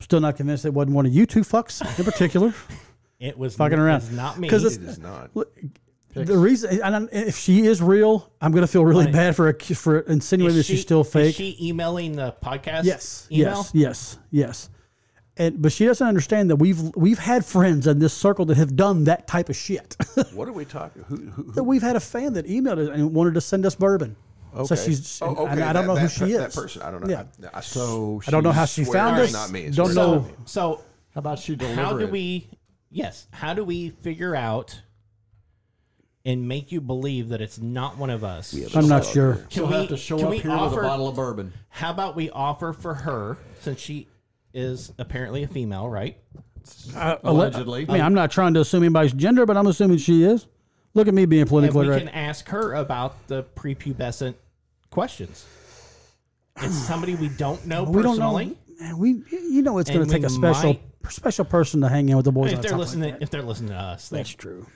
S1: Still not convinced it wasn't one of you two fucks
S2: <laughs>
S1: in particular.
S2: It was
S1: fucking around.
S2: It's not me.
S1: 'Cause it's-
S9: It is not.
S1: the reason, and I'm- if she is real, I'm going to feel really
S2: Right.
S1: bad for a, for
S2: Is
S1: insinuating that she's still
S2: is
S1: fake.
S2: she emailing the podcast?
S1: Yes.
S2: Email?
S1: Yes. Yes. Yes. And but she doesn't understand that we've we've had friends in this circle that have done that type of shit. <laughs>
S9: What are we talking? Who? who, who
S1: that we've had a fan that emailed us and wanted to send us bourbon. So she's
S4: Oh, okay.
S1: and I don't
S4: that-
S1: know who
S4: that
S1: she
S4: per-
S1: is.
S4: That person, I don't know.
S1: Yeah.
S4: I, I, so
S1: I don't know how she
S4: swear
S1: found us.
S4: it's not me. It's
S1: Don't
S4: really
S1: know.
S4: not me.
S2: So
S3: Oh, How about she deliver
S2: how do
S3: it?
S2: we? Yes. How do we figure out and make you believe that it's not one of us?
S1: I'm not
S4: uh,
S1: sure.
S2: Can
S3: She'll
S2: we
S3: have to show
S2: can
S3: up
S2: we
S3: here
S2: offer?
S3: with a bottle of bourbon.
S2: How about we offer for her since she is apparently a female, right?
S3: Allegedly.
S1: I mean, I'm not trying to assume anybody's gender, but I'm assuming she is. Look at me being
S2: And we
S1: politically
S2: can
S1: correct.
S2: ask her about the prepubescent questions. It's somebody we don't know
S1: We don't
S2: personally.
S1: know. Man, we you know it's
S2: And
S1: going to take
S2: we
S1: a special special person to hang out with the boys.
S2: If
S1: on
S2: they're
S1: something
S2: listening,
S1: like that.
S2: if they're listening to us, they,
S1: that's true.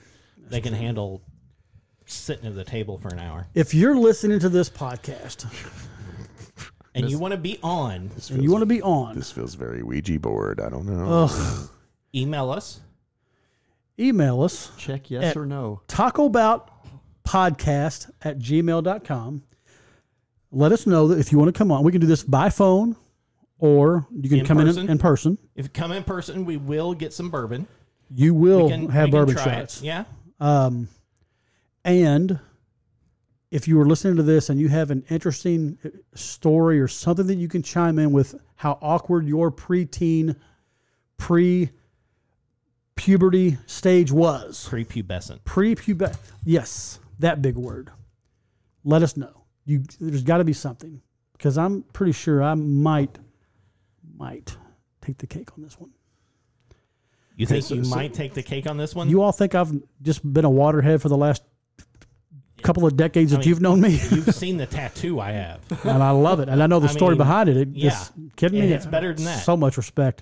S2: they can handle sitting at the table for an hour.
S1: If you're listening to this podcast
S2: And you want to be on,
S1: and you want to be on,
S9: This feels very Ouija board. I don't know.
S4: Uh,
S2: email us.
S1: email us eh,
S3: Check yes or no.
S1: Taco Bout podcast at gmail.com. Let us know that if you want to come on. We can do this by phone or you can
S2: In
S1: come
S2: person?
S1: in in person.
S2: If you come in person, we will get some bourbon.
S1: You will
S2: can-
S1: have
S2: we can
S1: bourbon
S2: try it.
S1: shots.
S2: Yeah.
S1: Um, and if you were listening to this and you have an interesting uh, story or something that you can chime in with how awkward your preteen, pre puberty stage was,
S2: Prepubescent.
S1: pre pubescent, yes, that big word, let us know. You, there's got to be something because I'm pretty sure I might, might take the cake on this one.
S2: You
S4: Okay,
S2: think
S4: so-
S2: you
S4: so-
S2: might take the cake on this one?
S1: You all think I've just been a waterhead for the last couple of decades
S2: I
S1: that
S2: mean,
S1: you've known me? <laughs>
S2: You've seen the tattoo I have.
S1: and I love it. And I know the
S2: I
S1: story
S2: mean,
S1: behind it. it
S2: yeah.
S1: It's kidding
S2: And
S1: me.
S2: it's better than that.
S1: So much respect.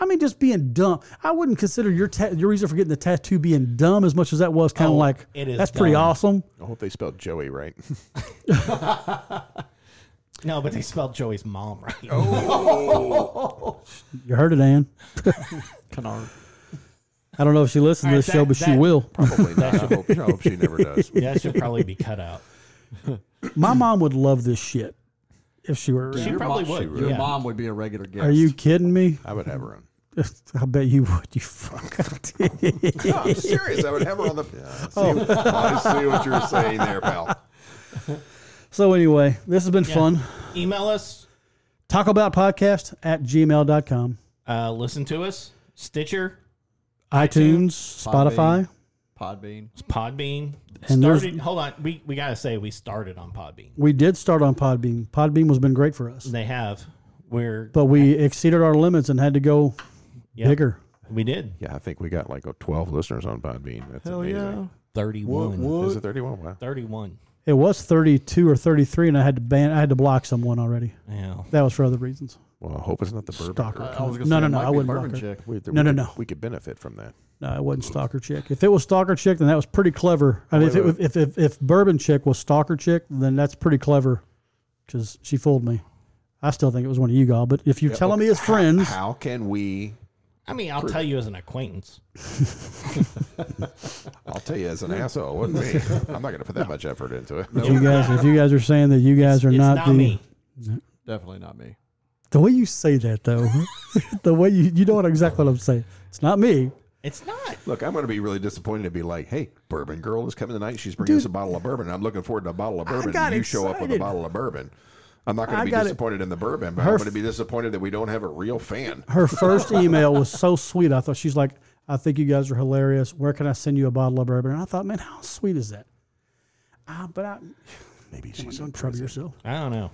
S1: I mean, just being dumb. I wouldn't consider your ta- your reason for getting the tattoo being dumb as much as that was kind of
S2: Oh,
S1: like
S2: it is
S1: that's pretty
S2: dumb.
S1: awesome.
S4: I hope they spelled Joey right.
S2: No, but they spelled Joey's mom right. <laughs> Oh.
S1: You heard it, Ann.
S3: Canard.
S1: I don't know if she listens
S2: All
S1: to
S2: right,
S1: this show,
S2: that-
S1: but she
S2: that-
S1: will.
S4: <laughs> Probably not. I, hope, I hope she never does.
S2: Yeah, that should probably be cut out.
S1: My mom would love this shit if she were.
S2: She
S1: around.
S2: probably
S3: mom,
S2: would.
S3: Your
S2: yeah.
S3: mom would be a regular guest.
S1: Are you kidding me? <laughs>
S4: I would have her on.
S1: I bet you would. You <laughs> fuck.
S4: No, <laughs> I'm serious. I would have her on the. <laughs> Oh. I see what you're saying there, pal.
S1: so anyway, this has been fun.
S2: Email us,
S1: TacoBoutPodcast at gmail.com.
S2: uh, listen to us, Stitcher,
S1: iTunes,
S3: Podbean.
S1: Spotify.
S3: Podbean.
S2: Podbean.
S1: And there's-
S2: started, hold on, we, we gotta say we started on Podbean.
S1: We did start on Podbean. Podbean has been great for us,
S2: They have. We're
S1: but we exceeded our limits and had to go
S2: yeah,
S1: bigger.
S2: We did
S4: <laughs> Yeah, I think we got like 12 listeners on Podbean. That's
S3: Hell yeah.
S4: amazing.
S2: thirty-one.
S4: Is it 31? Wow.
S2: 31.
S1: It was 32 or 33, and I had to ban. I had to block someone already.
S2: Yeah.
S1: That was for other reasons.
S4: Well, I hope it's not the bourbon.
S1: Stalker.
S4: Uh,
S3: I was gonna
S1: no,
S3: say,
S1: no,
S3: it
S1: no.
S3: might
S1: I
S3: be
S1: wouldn't block
S3: Bourbon
S1: her.
S3: chick.
S4: We, we
S1: No, no,
S4: could-
S1: no.
S4: We could benefit from that.
S1: No, it wasn't stalker chick. If it was stalker chick, then that was pretty clever. And if, it, was- if if if bourbon chick was stalker chick, then that's pretty clever, because she fooled me. I still think it was one of you all, but if you're telling me
S2: <laughs>
S1: it's friends,
S4: How can we?
S2: I mean, I'll tell you as an acquaintance.
S4: I'll tell you, as an asshole, it <laughs> wasn't me. I'm not going to put that much effort into it.
S1: if you guys, if you guys are saying that you guys are
S2: It's
S1: not,
S2: not,
S1: the,
S2: me.
S3: Definitely not me.
S1: The way you say that, though, <laughs> the way you you know what exactly what I'm saying. It's not me.
S2: It's not.
S4: Look, I'm going to be really disappointed to be like, hey, Bourbon Girl is coming tonight. She's bringing us a bottle of bourbon. I'm looking forward to a bottle of bourbon.
S1: got
S4: you show up with a
S1: excited.
S4: bottle of bourbon. I'm not going
S1: I
S4: to be
S1: got it.
S4: disappointed in the bourbon, but
S1: Her
S4: I'm
S1: f-
S4: going to be disappointed that we don't have a real fan.
S1: Her first email was so sweet. I thought she's like, I think you guys are hilarious. Where can I send you a bottle of bourbon? And I thought, man, how sweet is that? Ah, but I <sighs>
S4: Maybe
S1: oh my
S4: she's
S1: God, don't trouble yourself.
S2: I don't know.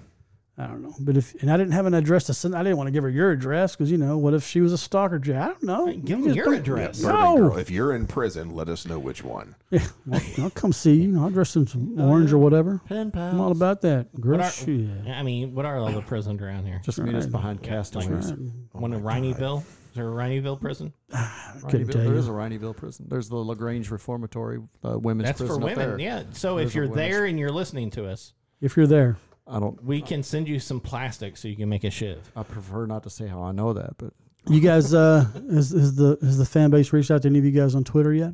S1: I don't know. But if and I didn't have an address to send. I didn't want to give her your address because you know what if she was a stalker? Jay? I don't know.
S2: Give
S1: You
S2: them
S1: just
S2: your
S1: don't-
S2: address.
S1: Yeah.
S4: Bourbon
S1: No.
S4: Girl. If you're in prison, let us know which one.
S1: Yeah, well, I'll come see you. I'll dress in some orange or whatever.
S3: Pen
S1: I'm all
S3: pal.
S1: about that, girl.
S2: What are- <laughs>
S1: shit.
S2: I mean, what are all the prisons around here?
S3: Just meet us behind castaways.
S1: Right.
S2: One in Rhineyville? Is there a Rhineyville prison?
S1: Couldn't
S3: Rhineyville-
S1: tell
S3: there
S1: you.
S3: is a Rhineyville prison. There's the Lagrange Reformatory uh, Women's
S2: That's for
S3: Prison up
S2: women.
S3: there.
S2: Yeah. So
S3: There's
S2: if
S3: a
S2: you're
S3: women's- Oh.
S2: there and you're listening to us,
S1: If you're there,
S3: I don't.
S2: we can send you some plastic so you can make a shiv.
S3: I prefer not to say how I know that, but
S1: you guys, uh, <laughs> has, has the has the fan base reached out to any of you guys on Twitter yet?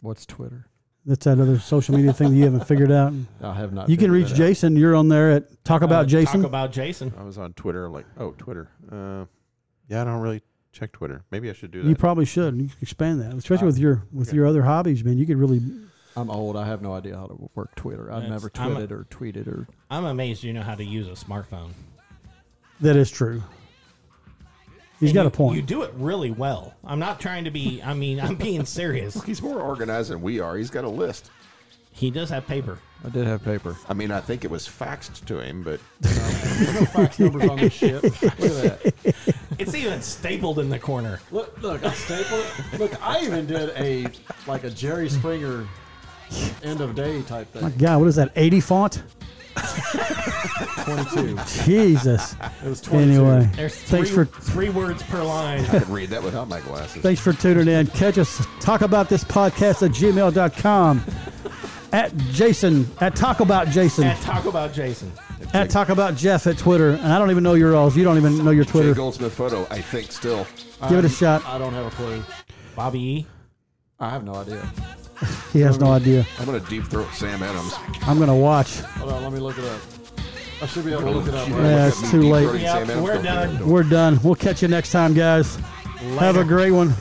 S3: what's Twitter?
S1: That's that other social media thing that you haven't figured out.
S3: I have not.
S1: You can
S3: figured
S1: reach
S3: that out.
S1: Jason. You're on there at Talk About
S2: Uh,
S1: Jason.
S2: Talk about Jason.
S4: I was on Twitter, like, oh, Twitter. Uh, yeah, I don't really check Twitter. Maybe I should do that.
S1: you probably should. You should expand that, especially with your with your other hobbies, man. You could really.
S3: I'm old. I have no idea how to work Twitter. I've
S2: That's-
S3: never
S2: I'm a-
S3: tweeted or tweeted or.
S2: I'm amazed you know how to use a smartphone.
S1: That is true. He's
S2: And
S1: got
S2: you-
S1: a point.
S2: You do it really well. I'm not trying to be, I mean, I'm being
S1: <laughs>
S2: serious.
S4: He's more organized than we are. He's got a list.
S2: He does have paper.
S3: I did have paper.
S4: I mean, I think it was faxed to him, but
S3: Fax numbers on this shit. Look at that.
S2: It's even stapled in the corner.
S3: Look, look. I stapled. it. Look, I even did a like a Jerry Springer end of day type
S1: My
S3: thing.
S1: God, what is that? 80 font?
S3: 22.
S1: Jesus.
S3: It was 22.
S1: anyway,
S2: There's three,
S1: thanks for
S2: three words per line.
S4: I could read that without my glasses.
S1: thanks for tuning in. Catch us. Talk about this podcast at gmail.com. At Jason, at Talk About Jason,
S2: At
S1: at,
S2: Talk About Jason.
S1: Talk About Jeff at Twitter, and I don't even know your alls. You don't even know your
S4: Jay
S1: Twitter.
S4: Goldsmith photo, I think, still.
S1: Give it a shot.
S3: I don't have a clue.
S2: Bobby E.
S3: I have no idea.
S1: He has no idea.
S4: I'm gonna deep throat Sam Adams.
S1: I'm gonna watch.
S3: Hold on, let me look it up. I should be able to look it up.
S4: Yeah,
S3: Right?
S1: Yeah, it's too late.
S4: Deep throating Sam Adams
S2: we're
S4: don't think
S2: done.
S4: I'm doing it.
S1: We're done. We'll catch you next time, guys. Have a great one.